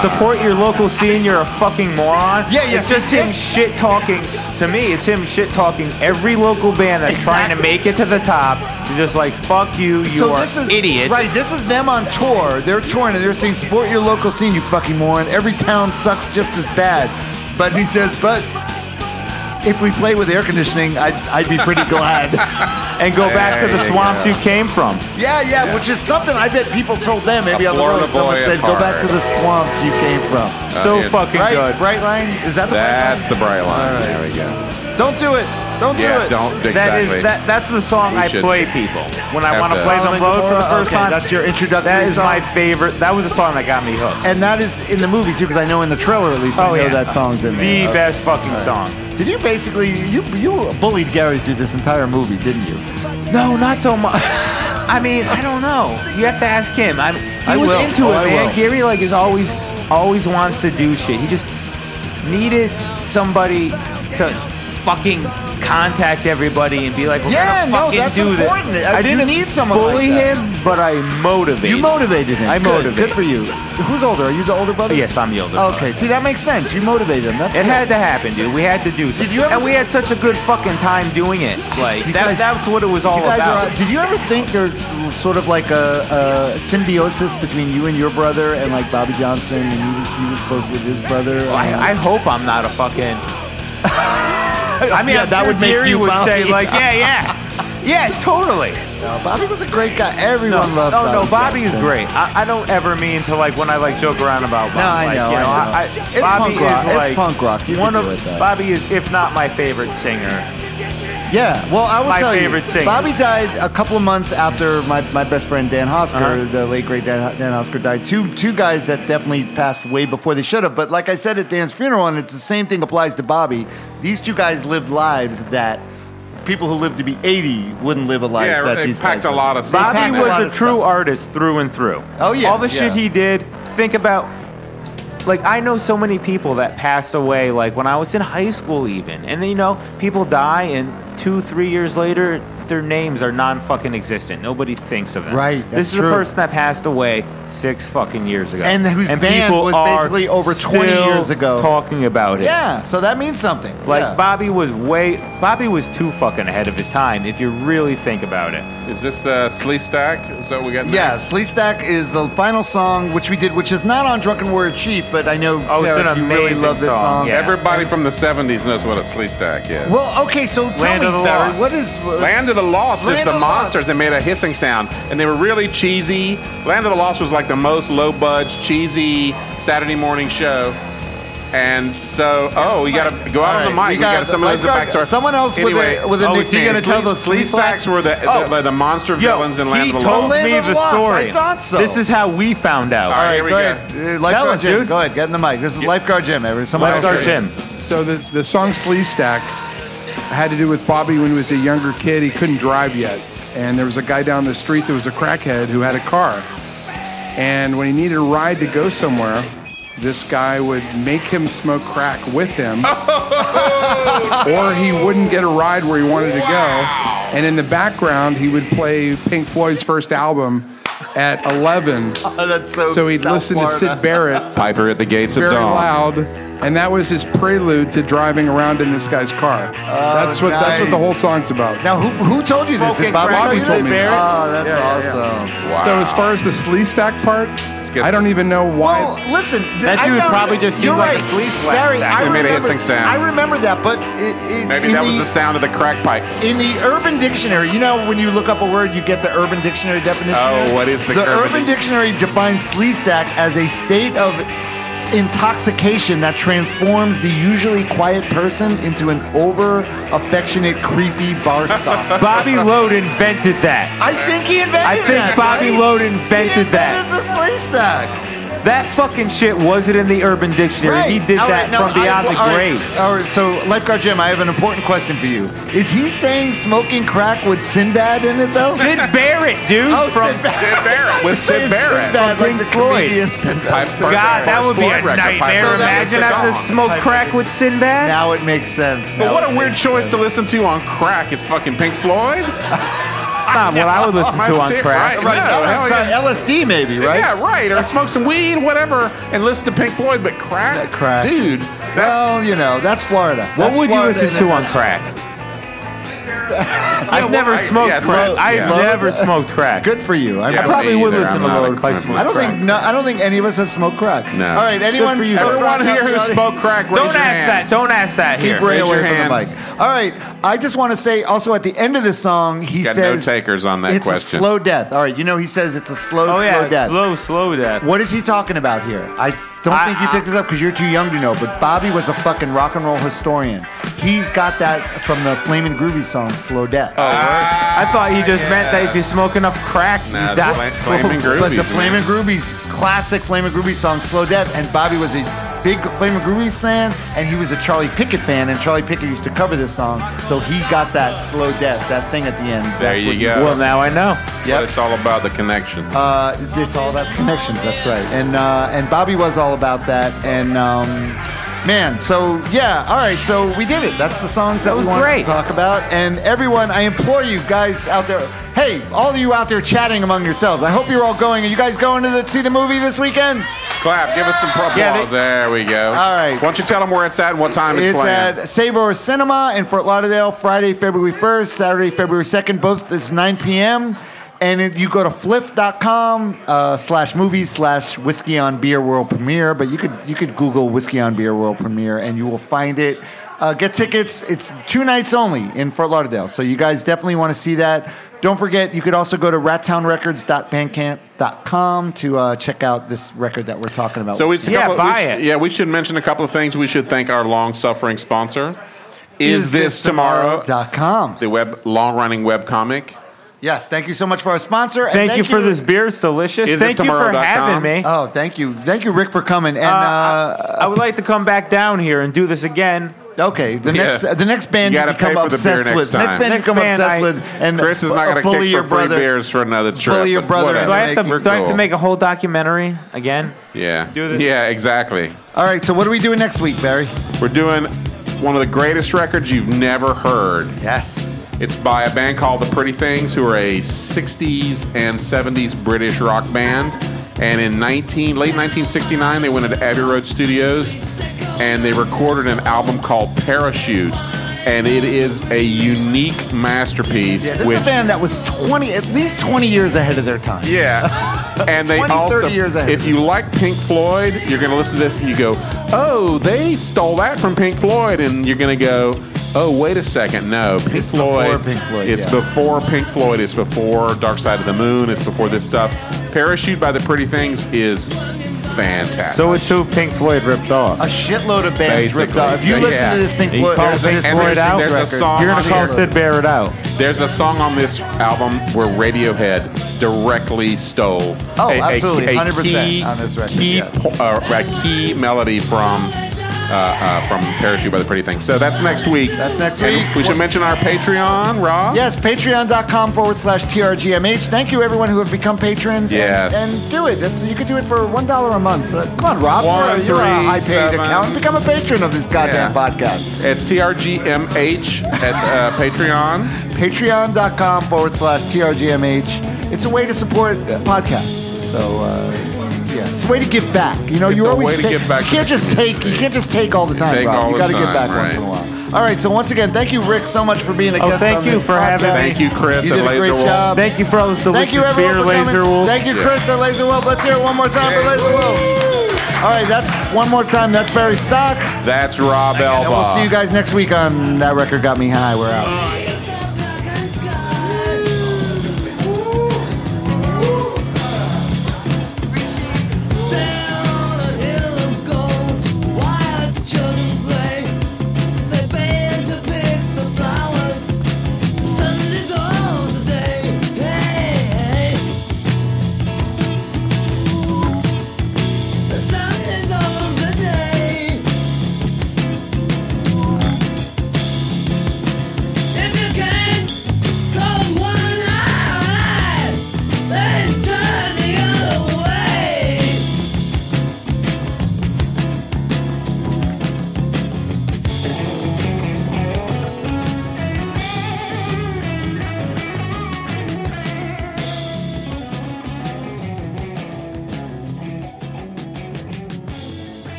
[SPEAKER 6] Support your local scene. You're a fucking moron.
[SPEAKER 4] Yeah, yeah,
[SPEAKER 6] It's just him
[SPEAKER 4] yes.
[SPEAKER 6] shit talking. To me, it's him shit talking every local band that's trying to make it to the top. He's just like, fuck you. You
[SPEAKER 4] so
[SPEAKER 6] are
[SPEAKER 4] this is
[SPEAKER 6] idiots.
[SPEAKER 4] Right, this is them on tour. They're touring and they're saying, "Support your local scene, you fucking moron. Every town sucks just as bad." But he says, "But if we play with air conditioning, I'd, I'd be pretty glad."
[SPEAKER 6] And go back to the
[SPEAKER 5] There you
[SPEAKER 6] swamps you came from.
[SPEAKER 4] Yeah, yeah, which is something I bet people told them maybe
[SPEAKER 5] A Uh,
[SPEAKER 4] on the
[SPEAKER 5] Florida
[SPEAKER 4] road. Someone
[SPEAKER 5] boy
[SPEAKER 4] said,
[SPEAKER 5] at
[SPEAKER 4] "Go back
[SPEAKER 5] heart."
[SPEAKER 4] to the swamps you came from."
[SPEAKER 6] So
[SPEAKER 5] yeah.
[SPEAKER 6] fucking
[SPEAKER 4] Uh, Right,
[SPEAKER 6] good.
[SPEAKER 4] right line. Is that the?
[SPEAKER 5] That's the bright line. There we go.
[SPEAKER 4] Don't do it. Don't do
[SPEAKER 5] Yeah,
[SPEAKER 4] it.
[SPEAKER 5] don't exactly.
[SPEAKER 6] That is that. That's the song
[SPEAKER 5] We
[SPEAKER 6] I
[SPEAKER 5] should
[SPEAKER 6] play people when I
[SPEAKER 5] have
[SPEAKER 6] want to
[SPEAKER 5] to-
[SPEAKER 6] play them load for the
[SPEAKER 4] Laura,
[SPEAKER 6] first
[SPEAKER 4] okay,
[SPEAKER 6] time.
[SPEAKER 4] That's your introductory
[SPEAKER 6] That is
[SPEAKER 4] song.
[SPEAKER 6] my favorite. That was a song that got me hooked.
[SPEAKER 4] and that is in the movie too, because I know in the trailer at least I
[SPEAKER 6] Oh,
[SPEAKER 4] know
[SPEAKER 6] yeah.
[SPEAKER 4] that song's in
[SPEAKER 6] The
[SPEAKER 4] there. Okay.
[SPEAKER 6] best fucking song.
[SPEAKER 4] Did you basically you you bullied Gary through this entire movie, didn't you?
[SPEAKER 6] No, not so much. I mean, I don't know. You have to ask him. I mean, he
[SPEAKER 4] I
[SPEAKER 6] was
[SPEAKER 4] will.
[SPEAKER 6] into
[SPEAKER 4] Oh,
[SPEAKER 6] it,
[SPEAKER 4] I
[SPEAKER 6] man.
[SPEAKER 4] will.
[SPEAKER 6] Gary like is always always wants to do shit. He just needed somebody to fucking contact everybody and be like, We're
[SPEAKER 4] Yeah,
[SPEAKER 6] gonna
[SPEAKER 4] no,
[SPEAKER 6] fucking
[SPEAKER 4] that's
[SPEAKER 6] do this.
[SPEAKER 4] important.
[SPEAKER 6] I
[SPEAKER 4] You
[SPEAKER 6] didn't
[SPEAKER 4] need someone
[SPEAKER 6] bully
[SPEAKER 4] like that.
[SPEAKER 6] him, but I motivated.
[SPEAKER 4] You motivated him.
[SPEAKER 6] I
[SPEAKER 4] Good.
[SPEAKER 6] motivated.
[SPEAKER 4] Good for you. Who's older? Are you the older brother?
[SPEAKER 6] Oh, Yes, I'm the older brother.
[SPEAKER 4] Okay, see that makes sense. You motivated him. That's
[SPEAKER 6] It
[SPEAKER 4] good.
[SPEAKER 6] had to happen, dude. We had to do something.
[SPEAKER 4] you ever-
[SPEAKER 6] and we had such a good fucking time doing it. Like
[SPEAKER 4] You
[SPEAKER 6] that,
[SPEAKER 4] guys-
[SPEAKER 6] that's what it was all
[SPEAKER 4] You guys
[SPEAKER 6] about.
[SPEAKER 4] are- did you ever think there's sort of like a, a symbiosis between you and your brother and like Bobby Johnson and he was, he was close with his brother?
[SPEAKER 6] I, I hope I'm not a fucking. I mean,
[SPEAKER 4] Yeah,
[SPEAKER 6] I'm
[SPEAKER 4] that
[SPEAKER 6] sure
[SPEAKER 4] would make
[SPEAKER 6] Gary
[SPEAKER 4] you
[SPEAKER 6] would say
[SPEAKER 4] Bobby.
[SPEAKER 6] like, yeah, yeah, yeah, totally.
[SPEAKER 4] Uh, Bobby was a great guy. Everyone
[SPEAKER 6] No,
[SPEAKER 4] loved
[SPEAKER 6] no,
[SPEAKER 4] Bobby.
[SPEAKER 6] no, Bobby is
[SPEAKER 4] Johnson.
[SPEAKER 6] great. I, I don't ever mean to like when I like joke around about Bobby.
[SPEAKER 4] No, I
[SPEAKER 6] like,
[SPEAKER 4] know,
[SPEAKER 6] You
[SPEAKER 4] I
[SPEAKER 6] know,
[SPEAKER 4] know.
[SPEAKER 6] I, I,
[SPEAKER 4] It's
[SPEAKER 6] Bobby
[SPEAKER 4] punk rock.
[SPEAKER 6] Is
[SPEAKER 4] It's
[SPEAKER 6] like
[SPEAKER 4] punk rock. You can
[SPEAKER 6] one
[SPEAKER 4] do
[SPEAKER 6] of
[SPEAKER 4] it, though.
[SPEAKER 6] Bobby is, if not my favorite singer.
[SPEAKER 4] Yeah, well, I will
[SPEAKER 6] My
[SPEAKER 4] tell
[SPEAKER 6] favorite
[SPEAKER 4] you,
[SPEAKER 6] singer.
[SPEAKER 4] Bobby died a couple of months after my, my best friend Dan Hosker,
[SPEAKER 6] Uh-huh.
[SPEAKER 4] the late great Dan, Dan Hosker, died. Two two guys that definitely passed way before they should have. But like I said at Dan's funeral, and it's the same thing applies to Bobby. These two guys lived lives that people who lived to be eighty wouldn't live a life
[SPEAKER 5] Yeah,
[SPEAKER 4] that
[SPEAKER 5] they
[SPEAKER 4] these
[SPEAKER 5] packed
[SPEAKER 4] guys
[SPEAKER 5] a
[SPEAKER 4] lived.
[SPEAKER 5] lot of stuff.
[SPEAKER 4] They
[SPEAKER 6] Bobby
[SPEAKER 4] packed
[SPEAKER 6] was
[SPEAKER 4] lot
[SPEAKER 6] a
[SPEAKER 4] of
[SPEAKER 6] true
[SPEAKER 4] stuff.
[SPEAKER 6] artist through and through.
[SPEAKER 4] Oh, yeah,
[SPEAKER 6] All the
[SPEAKER 4] yeah.
[SPEAKER 6] shit he did. Think about like I know so many people that passed away like when I was in high school even. And then you know, people die and 2 3 years later their names are non fucking existent. Nobody thinks of them.
[SPEAKER 4] Right, that's
[SPEAKER 6] This is
[SPEAKER 4] true.
[SPEAKER 6] a person that passed away 6 fucking years ago.
[SPEAKER 4] And whose band
[SPEAKER 6] people
[SPEAKER 4] was
[SPEAKER 6] are
[SPEAKER 4] basically over 20
[SPEAKER 6] still
[SPEAKER 4] years ago.
[SPEAKER 6] talking about it.
[SPEAKER 4] Yeah, so that means something.
[SPEAKER 6] Like
[SPEAKER 4] yeah.
[SPEAKER 6] Bobby was way Bobby was too fucking ahead of his time if you really think about it.
[SPEAKER 5] Is this the Slee Stack? Is that what we got?
[SPEAKER 4] Yeah,
[SPEAKER 5] next?
[SPEAKER 4] Slee Stack is the final song which we did, which is not on Drunken Warrior Chief, but I know
[SPEAKER 6] Oh, it's
[SPEAKER 4] Tara,
[SPEAKER 6] an
[SPEAKER 4] you really
[SPEAKER 6] amazing
[SPEAKER 4] love this
[SPEAKER 6] song,
[SPEAKER 4] song.
[SPEAKER 6] yeah.
[SPEAKER 5] Everybody from the 70s knows what a Slee Stack is.
[SPEAKER 4] Well, okay, so tell
[SPEAKER 6] Land
[SPEAKER 4] me,
[SPEAKER 6] of the
[SPEAKER 4] Barry,
[SPEAKER 6] Lost.
[SPEAKER 4] what is
[SPEAKER 5] Land of the Lost
[SPEAKER 4] Land
[SPEAKER 5] is
[SPEAKER 4] of
[SPEAKER 5] the
[SPEAKER 4] the Lost.
[SPEAKER 5] monsters that made a hissing sound, and they were really cheesy. Land of the Lost was like the most low budge, cheesy Saturday morning show. And so, oh, we got to go out on the
[SPEAKER 4] All right,
[SPEAKER 5] mic.
[SPEAKER 4] we
[SPEAKER 5] We got,
[SPEAKER 4] got
[SPEAKER 5] some of those
[SPEAKER 4] lifeguard-
[SPEAKER 5] backstory.
[SPEAKER 4] someone else with a- with a
[SPEAKER 5] oh,
[SPEAKER 4] nickname. Slee-
[SPEAKER 5] Slee Stacks were the,
[SPEAKER 6] Oh.
[SPEAKER 5] the, the monster
[SPEAKER 6] Yo,
[SPEAKER 5] villains in
[SPEAKER 6] he
[SPEAKER 5] Land of the
[SPEAKER 6] told
[SPEAKER 5] Lost.
[SPEAKER 4] Land
[SPEAKER 6] me
[SPEAKER 4] of
[SPEAKER 6] the
[SPEAKER 4] Lost, I
[SPEAKER 6] story.
[SPEAKER 4] thought so.
[SPEAKER 6] This is how we found out.
[SPEAKER 5] All right, here we
[SPEAKER 4] Go
[SPEAKER 5] go.
[SPEAKER 4] ahead. Uh, Lifeguard
[SPEAKER 6] Tell us,
[SPEAKER 4] Jim,
[SPEAKER 6] dude.
[SPEAKER 4] go ahead, get in the mic. This is Lifeguard Jim, everyone. Someone
[SPEAKER 6] Lifeguard
[SPEAKER 4] else.
[SPEAKER 6] Jim.
[SPEAKER 8] So the, the song Slee Stack had to do with Bobby when he was a younger kid. He couldn't drive yet. And there was a guy down the street that was a crackhead who had a car. And when he needed a ride to go somewhere, this guy would make him smoke crack with him. or he wouldn't get a ride where he wanted to go. And in the background, he would play Pink Floyd's first album at 11.
[SPEAKER 4] Oh, that's so.
[SPEAKER 8] So he'd
[SPEAKER 4] South
[SPEAKER 8] listen to
[SPEAKER 4] Florida.
[SPEAKER 8] Sid Barrett
[SPEAKER 5] Piper at the gates of
[SPEAKER 8] very
[SPEAKER 5] dawn.
[SPEAKER 8] loud, and that was his prelude to driving around in this guy's car. that's what that's what
[SPEAKER 4] Oh, nice.
[SPEAKER 8] the whole song's about.
[SPEAKER 4] Now, who, who told you this?
[SPEAKER 6] Smoking
[SPEAKER 4] Did Bobby,
[SPEAKER 6] crack
[SPEAKER 4] tell you
[SPEAKER 8] with Sid
[SPEAKER 4] this?
[SPEAKER 8] Barrett?
[SPEAKER 4] Oh, that's
[SPEAKER 8] Yeah,
[SPEAKER 4] awesome.
[SPEAKER 5] Wow.
[SPEAKER 8] So as far as the slee stack part,
[SPEAKER 5] get
[SPEAKER 8] I don't even know why.
[SPEAKER 4] Well, Oh, listen, th-
[SPEAKER 6] That
[SPEAKER 4] I
[SPEAKER 6] dude
[SPEAKER 4] found-
[SPEAKER 6] probably just
[SPEAKER 4] you're
[SPEAKER 6] seemed like a
[SPEAKER 4] right.
[SPEAKER 6] sleaze slap.
[SPEAKER 4] Barry, I
[SPEAKER 5] He made a
[SPEAKER 4] remember,
[SPEAKER 5] hissing sound.
[SPEAKER 4] I remember that, but it, it,
[SPEAKER 5] Maybe
[SPEAKER 4] in
[SPEAKER 5] that was
[SPEAKER 4] the,
[SPEAKER 5] the sound of the crack pipe.
[SPEAKER 4] In the Urban Dictionary, you know when you look up a word, you get the Urban Dictionary definition.
[SPEAKER 5] Oh, what is the
[SPEAKER 4] the
[SPEAKER 5] Urban
[SPEAKER 4] Urban Dictionary defines sleaze stack as a state of intoxication that transforms the usually quiet person into an over affectionate, creepy bar stop.
[SPEAKER 6] Bobby Lode invented that.
[SPEAKER 4] I think he invented
[SPEAKER 6] I think
[SPEAKER 4] that,
[SPEAKER 6] Bobby
[SPEAKER 4] right?
[SPEAKER 6] Lode
[SPEAKER 4] He
[SPEAKER 6] invented
[SPEAKER 4] invented
[SPEAKER 6] that.
[SPEAKER 4] the sleigh stack.
[SPEAKER 6] That fucking shit wasn't in the Urban Dictionary.
[SPEAKER 4] Right.
[SPEAKER 6] He did
[SPEAKER 4] All
[SPEAKER 6] that
[SPEAKER 4] right, now,
[SPEAKER 6] from beyond
[SPEAKER 4] I-
[SPEAKER 6] the
[SPEAKER 4] all right,
[SPEAKER 6] grave.
[SPEAKER 4] all right, so lifeguard Jim, I have an important question for you. Is he saying smoking crack with Sinbad in it though?
[SPEAKER 6] Sid Barrett, dude.
[SPEAKER 4] Oh,
[SPEAKER 6] from
[SPEAKER 4] Sinbad.
[SPEAKER 5] Sid Barrett with Sid
[SPEAKER 4] Saying
[SPEAKER 5] Barrett.
[SPEAKER 4] Sinbad,
[SPEAKER 6] From
[SPEAKER 4] like
[SPEAKER 6] Pink
[SPEAKER 4] the
[SPEAKER 6] Floyd.
[SPEAKER 4] comedian Sinbad.
[SPEAKER 5] Pipe
[SPEAKER 4] Sinbad.
[SPEAKER 6] God, that would be a
[SPEAKER 5] Floyd record,
[SPEAKER 6] nightmare.
[SPEAKER 5] Piper.
[SPEAKER 4] So that was
[SPEAKER 6] Imagine
[SPEAKER 4] the
[SPEAKER 6] having to
[SPEAKER 5] dawn.
[SPEAKER 6] smoke crack with Sinbad.
[SPEAKER 4] Now it makes sense.
[SPEAKER 5] But
[SPEAKER 4] Now
[SPEAKER 5] what
[SPEAKER 4] it
[SPEAKER 5] a weird
[SPEAKER 4] makes
[SPEAKER 5] choice
[SPEAKER 4] sense.
[SPEAKER 5] to listen to on crack. It's fucking Pink Floyd.
[SPEAKER 6] That's not what I would listen
[SPEAKER 5] Am I
[SPEAKER 6] to on
[SPEAKER 5] ser-
[SPEAKER 6] crack.
[SPEAKER 5] right,
[SPEAKER 4] Right,
[SPEAKER 5] No,
[SPEAKER 4] that would
[SPEAKER 5] hell
[SPEAKER 4] crack
[SPEAKER 5] yeah.
[SPEAKER 4] LSD maybe, right?
[SPEAKER 5] Yeah, right. Or smoke some weed, whatever, and listen to Pink Floyd. But crack,
[SPEAKER 4] That crack.
[SPEAKER 5] dude. That's
[SPEAKER 4] Well, you know, that's Florida.
[SPEAKER 6] What
[SPEAKER 4] That's
[SPEAKER 6] would you
[SPEAKER 4] Florida
[SPEAKER 6] listen
[SPEAKER 4] in
[SPEAKER 6] to
[SPEAKER 4] a-
[SPEAKER 6] on crack?
[SPEAKER 5] Yeah,
[SPEAKER 6] I've never
[SPEAKER 5] well, I-
[SPEAKER 6] smoked
[SPEAKER 5] yeah,
[SPEAKER 6] crack.
[SPEAKER 5] so-
[SPEAKER 6] I've
[SPEAKER 5] yeah.
[SPEAKER 6] never smoked crack.
[SPEAKER 4] Good for you. I,
[SPEAKER 5] Yeah,
[SPEAKER 6] I probably
[SPEAKER 5] me
[SPEAKER 6] would
[SPEAKER 5] either.
[SPEAKER 6] listen
[SPEAKER 5] I'm
[SPEAKER 6] to
[SPEAKER 5] not
[SPEAKER 6] Lord
[SPEAKER 5] a
[SPEAKER 6] if I
[SPEAKER 5] crack
[SPEAKER 6] smoked
[SPEAKER 4] I don't
[SPEAKER 6] crack.
[SPEAKER 4] think no, I don't think any of us have smoked crack.
[SPEAKER 5] No.
[SPEAKER 4] All right, anyone
[SPEAKER 6] for you.
[SPEAKER 4] smoked
[SPEAKER 5] Everyone
[SPEAKER 4] crack out
[SPEAKER 5] here
[SPEAKER 4] in
[SPEAKER 5] who
[SPEAKER 4] the audience?
[SPEAKER 5] smoked crack, raise
[SPEAKER 6] Don't ask
[SPEAKER 5] your hand.
[SPEAKER 6] that. Don't ask that
[SPEAKER 4] Keep
[SPEAKER 6] here.
[SPEAKER 4] Ray
[SPEAKER 5] Raise
[SPEAKER 4] away
[SPEAKER 5] your
[SPEAKER 4] from the
[SPEAKER 5] hand.
[SPEAKER 4] mic. All right, I just want to say also at the end of the song he
[SPEAKER 5] Got no
[SPEAKER 4] says
[SPEAKER 5] takers on that
[SPEAKER 4] it's
[SPEAKER 5] question.
[SPEAKER 4] a slow death. All right, you know he says it's a slow,
[SPEAKER 6] Oh
[SPEAKER 4] slow
[SPEAKER 6] yeah,
[SPEAKER 4] death.
[SPEAKER 6] slow, slow death.
[SPEAKER 4] What is he talking about here? I don't
[SPEAKER 6] I-
[SPEAKER 4] think you
[SPEAKER 6] I-
[SPEAKER 4] picked this up because you're too young to know. But Bobby was a fucking rock and roll historian. He's got that from the Flamin' Groovy song "Slow Death."
[SPEAKER 6] Oh, I thought he just meant that
[SPEAKER 5] Ah, yeah.
[SPEAKER 6] if you smoke enough crack, you
[SPEAKER 5] Nah,
[SPEAKER 6] die
[SPEAKER 5] Flam-
[SPEAKER 6] slow.
[SPEAKER 5] Flamin' Groovy.
[SPEAKER 4] But the
[SPEAKER 5] Groovies,
[SPEAKER 4] Flamin'
[SPEAKER 5] man.
[SPEAKER 4] Groovies, classic Flamin' Groovy song, Slow Death, and Bobby was a big Flamin' Groovies fan, and he was a Charlie Pickett fan, and Charlie Pickett used to cover this song, so he got that Slow Death, that thing at the end.
[SPEAKER 5] There
[SPEAKER 4] That's
[SPEAKER 5] you
[SPEAKER 4] what he-
[SPEAKER 5] go.
[SPEAKER 6] Well, now I know.
[SPEAKER 5] That's
[SPEAKER 4] Yep.
[SPEAKER 5] what it's all about the connection.
[SPEAKER 4] Uh, it's all about connections. That's right. And uh, and Bobby was all about that. And um, man, so yeah. All right, so we did it. That's the songs that,
[SPEAKER 6] was
[SPEAKER 4] we wanted
[SPEAKER 6] great.
[SPEAKER 4] to talk about. And everyone, I implore you guys out there. Hey, all of you out there chatting among yourselves. I hope you're all going. Are you guys going to the, see the movie this weekend?
[SPEAKER 5] Clap. Give us some applause.
[SPEAKER 6] Yeah, they-
[SPEAKER 5] there we go.
[SPEAKER 4] All right.
[SPEAKER 5] Why don't you tell them where it's at and what time it's,
[SPEAKER 4] It's
[SPEAKER 5] playing?
[SPEAKER 4] at Savor Cinema in Fort Lauderdale, Friday, February 1st, Saturday, February 2nd. Both it's 9 p.m. And it, you go to fliff.com uh, slash movies slash whiskey on beer world premiere. But you could you could Google whiskey on beer world premiere and you will find it. Uh, get tickets. It's two nights only in Fort Lauderdale. So you guys definitely want to see that. Don't forget, you could also go to rattownrecords.bandcamp.com to uh, check out this record that we're talking about.
[SPEAKER 5] So it's a
[SPEAKER 6] Yeah,
[SPEAKER 5] couple- we
[SPEAKER 6] buy
[SPEAKER 5] sh-
[SPEAKER 6] it.
[SPEAKER 5] Yeah, we should mention a couple of things. We should thank our long-suffering sponsor. Is, this tomorrow?
[SPEAKER 4] tomorrow.com.
[SPEAKER 5] The web long-running web comic.
[SPEAKER 4] Yes, thank you so much for our sponsor. and
[SPEAKER 6] Thank, you for this beer. It's delicious.
[SPEAKER 5] Is
[SPEAKER 6] thank
[SPEAKER 5] this
[SPEAKER 6] you for
[SPEAKER 5] tomorrow.com?
[SPEAKER 6] having me.
[SPEAKER 4] Oh, thank you, thank you, Rick, for coming. And
[SPEAKER 6] Uh,
[SPEAKER 4] uh,
[SPEAKER 6] I, I would like to come back down here and do this again.
[SPEAKER 4] okay, the
[SPEAKER 5] Yeah.
[SPEAKER 4] next the next band
[SPEAKER 5] You
[SPEAKER 4] you,
[SPEAKER 5] gotta
[SPEAKER 4] become
[SPEAKER 5] pay for the beer
[SPEAKER 4] obsessed
[SPEAKER 5] next
[SPEAKER 4] with,
[SPEAKER 5] time.
[SPEAKER 4] next band
[SPEAKER 6] Next
[SPEAKER 4] you become
[SPEAKER 6] band
[SPEAKER 4] obsessed
[SPEAKER 6] I-
[SPEAKER 4] with, and
[SPEAKER 5] Chris is not
[SPEAKER 4] bu-
[SPEAKER 5] going to
[SPEAKER 4] bully
[SPEAKER 5] kick
[SPEAKER 4] your
[SPEAKER 5] for free
[SPEAKER 4] brother.
[SPEAKER 5] beers for another trip.
[SPEAKER 4] Bully your
[SPEAKER 5] but
[SPEAKER 4] brother
[SPEAKER 5] whatever.
[SPEAKER 6] Do I have to?
[SPEAKER 4] We're
[SPEAKER 6] Do I have
[SPEAKER 5] cool.
[SPEAKER 6] to make a whole documentary again?
[SPEAKER 5] Yeah.
[SPEAKER 6] Do this?
[SPEAKER 5] Yeah, exactly.
[SPEAKER 4] All right, so what are we doing next week, Barry?
[SPEAKER 5] We're doing one of the greatest records you've never heard.
[SPEAKER 4] Yes,
[SPEAKER 5] It's by a band called The Pretty Things, who are a 60s and 70s British rock band. And in 19, late 1969, they went into Abbey Road Studios and they recorded an album called Parachute. And it is a unique masterpiece.
[SPEAKER 4] yeah, this
[SPEAKER 5] which,
[SPEAKER 4] is a band that was twenty, at least twenty years ahead of their time.
[SPEAKER 5] Yeah. And they
[SPEAKER 4] 20,
[SPEAKER 5] also,
[SPEAKER 4] 30 years ahead.
[SPEAKER 5] if you like Pink Floyd, you're going to listen to this and you go, oh, they stole that from Pink Floyd. And you're going to go, oh, wait a second. No, Pink
[SPEAKER 4] It's
[SPEAKER 5] Floyd.
[SPEAKER 4] before Pink Floyd,
[SPEAKER 5] It's
[SPEAKER 4] yeah.
[SPEAKER 5] before Pink Floyd. It's before Dark Side of the Moon. It's before this stuff. Parachute by the Pretty Things is fantastic.
[SPEAKER 6] So it's who Pink Floyd ripped off.
[SPEAKER 4] A shitload of bands ripped
[SPEAKER 5] Basically,
[SPEAKER 4] off. If you
[SPEAKER 5] yeah.
[SPEAKER 4] listen to this Pink
[SPEAKER 6] He
[SPEAKER 4] Floyd,
[SPEAKER 6] calls
[SPEAKER 4] this
[SPEAKER 6] Pink
[SPEAKER 5] and
[SPEAKER 6] Floyd
[SPEAKER 5] there's-
[SPEAKER 6] out.
[SPEAKER 5] there's a
[SPEAKER 4] record.
[SPEAKER 5] song
[SPEAKER 6] You're
[SPEAKER 5] on
[SPEAKER 6] gonna call
[SPEAKER 5] here.
[SPEAKER 6] Sid Barrett out.
[SPEAKER 5] There's a song on this album where Radiohead directly stole
[SPEAKER 4] Oh,
[SPEAKER 5] a, a-
[SPEAKER 4] absolutely,
[SPEAKER 5] a
[SPEAKER 4] 100%
[SPEAKER 5] key,
[SPEAKER 4] on this record,
[SPEAKER 5] key,
[SPEAKER 4] yeah.
[SPEAKER 5] po- uh, a key melody from uh, uh, from Parachute by the Pretty Things. So that's next week.
[SPEAKER 4] That's next
[SPEAKER 5] And
[SPEAKER 4] week.
[SPEAKER 5] We should mention our Patreon, Rob.
[SPEAKER 4] Yes, patreon.com forward slash TRGMH. Thank you, everyone who have become patrons. and-
[SPEAKER 5] Yes.
[SPEAKER 4] And, do it. It's- you can do it for $1 a month. Uh, Come on, Rob.
[SPEAKER 5] One,
[SPEAKER 4] you're, a- you're a
[SPEAKER 5] three,
[SPEAKER 4] high paid
[SPEAKER 5] seven.
[SPEAKER 4] account. Become a patron of this goddamn
[SPEAKER 5] Yeah.
[SPEAKER 4] podcast.
[SPEAKER 5] It's TRGMH at uh, Patreon.
[SPEAKER 4] Patreon.com forward slash TRGMH. It's a way to support uh, podcasts. So, uh, yeah, it's a way to give back. You know,
[SPEAKER 5] It's
[SPEAKER 4] you
[SPEAKER 5] a
[SPEAKER 4] always
[SPEAKER 5] way to
[SPEAKER 4] take-
[SPEAKER 5] give back
[SPEAKER 4] You can't
[SPEAKER 5] to the
[SPEAKER 4] just take. You can't just take all the time,
[SPEAKER 5] Take
[SPEAKER 4] Rob.
[SPEAKER 5] all
[SPEAKER 4] you
[SPEAKER 5] the
[SPEAKER 4] gotta give
[SPEAKER 5] time,
[SPEAKER 4] back once
[SPEAKER 5] right.
[SPEAKER 4] in a while. All right. So once again, thank you, Rick, so much for being a
[SPEAKER 6] Oh,
[SPEAKER 4] guest.
[SPEAKER 6] thank
[SPEAKER 4] on
[SPEAKER 6] you
[SPEAKER 4] this
[SPEAKER 6] for having
[SPEAKER 4] podcast.
[SPEAKER 6] me.
[SPEAKER 5] Thank you, Chris.
[SPEAKER 4] You
[SPEAKER 5] and
[SPEAKER 4] did a great
[SPEAKER 5] Laserwolf.
[SPEAKER 4] job.
[SPEAKER 6] Thank you for all this delicious
[SPEAKER 4] Thank you, everyone,
[SPEAKER 6] beer,
[SPEAKER 4] for coming.
[SPEAKER 6] Laser Wolf.
[SPEAKER 4] Thank you,
[SPEAKER 5] Yeah.
[SPEAKER 4] Chris, at Laser Wolf. Let's hear it one more time for
[SPEAKER 5] Yeah.
[SPEAKER 4] Laser Wolf. All right, that's one more time. That's Barry Stock.
[SPEAKER 5] That's Rob Elba.
[SPEAKER 4] And we'll see you guys next week on That Record Got Me High. We're out.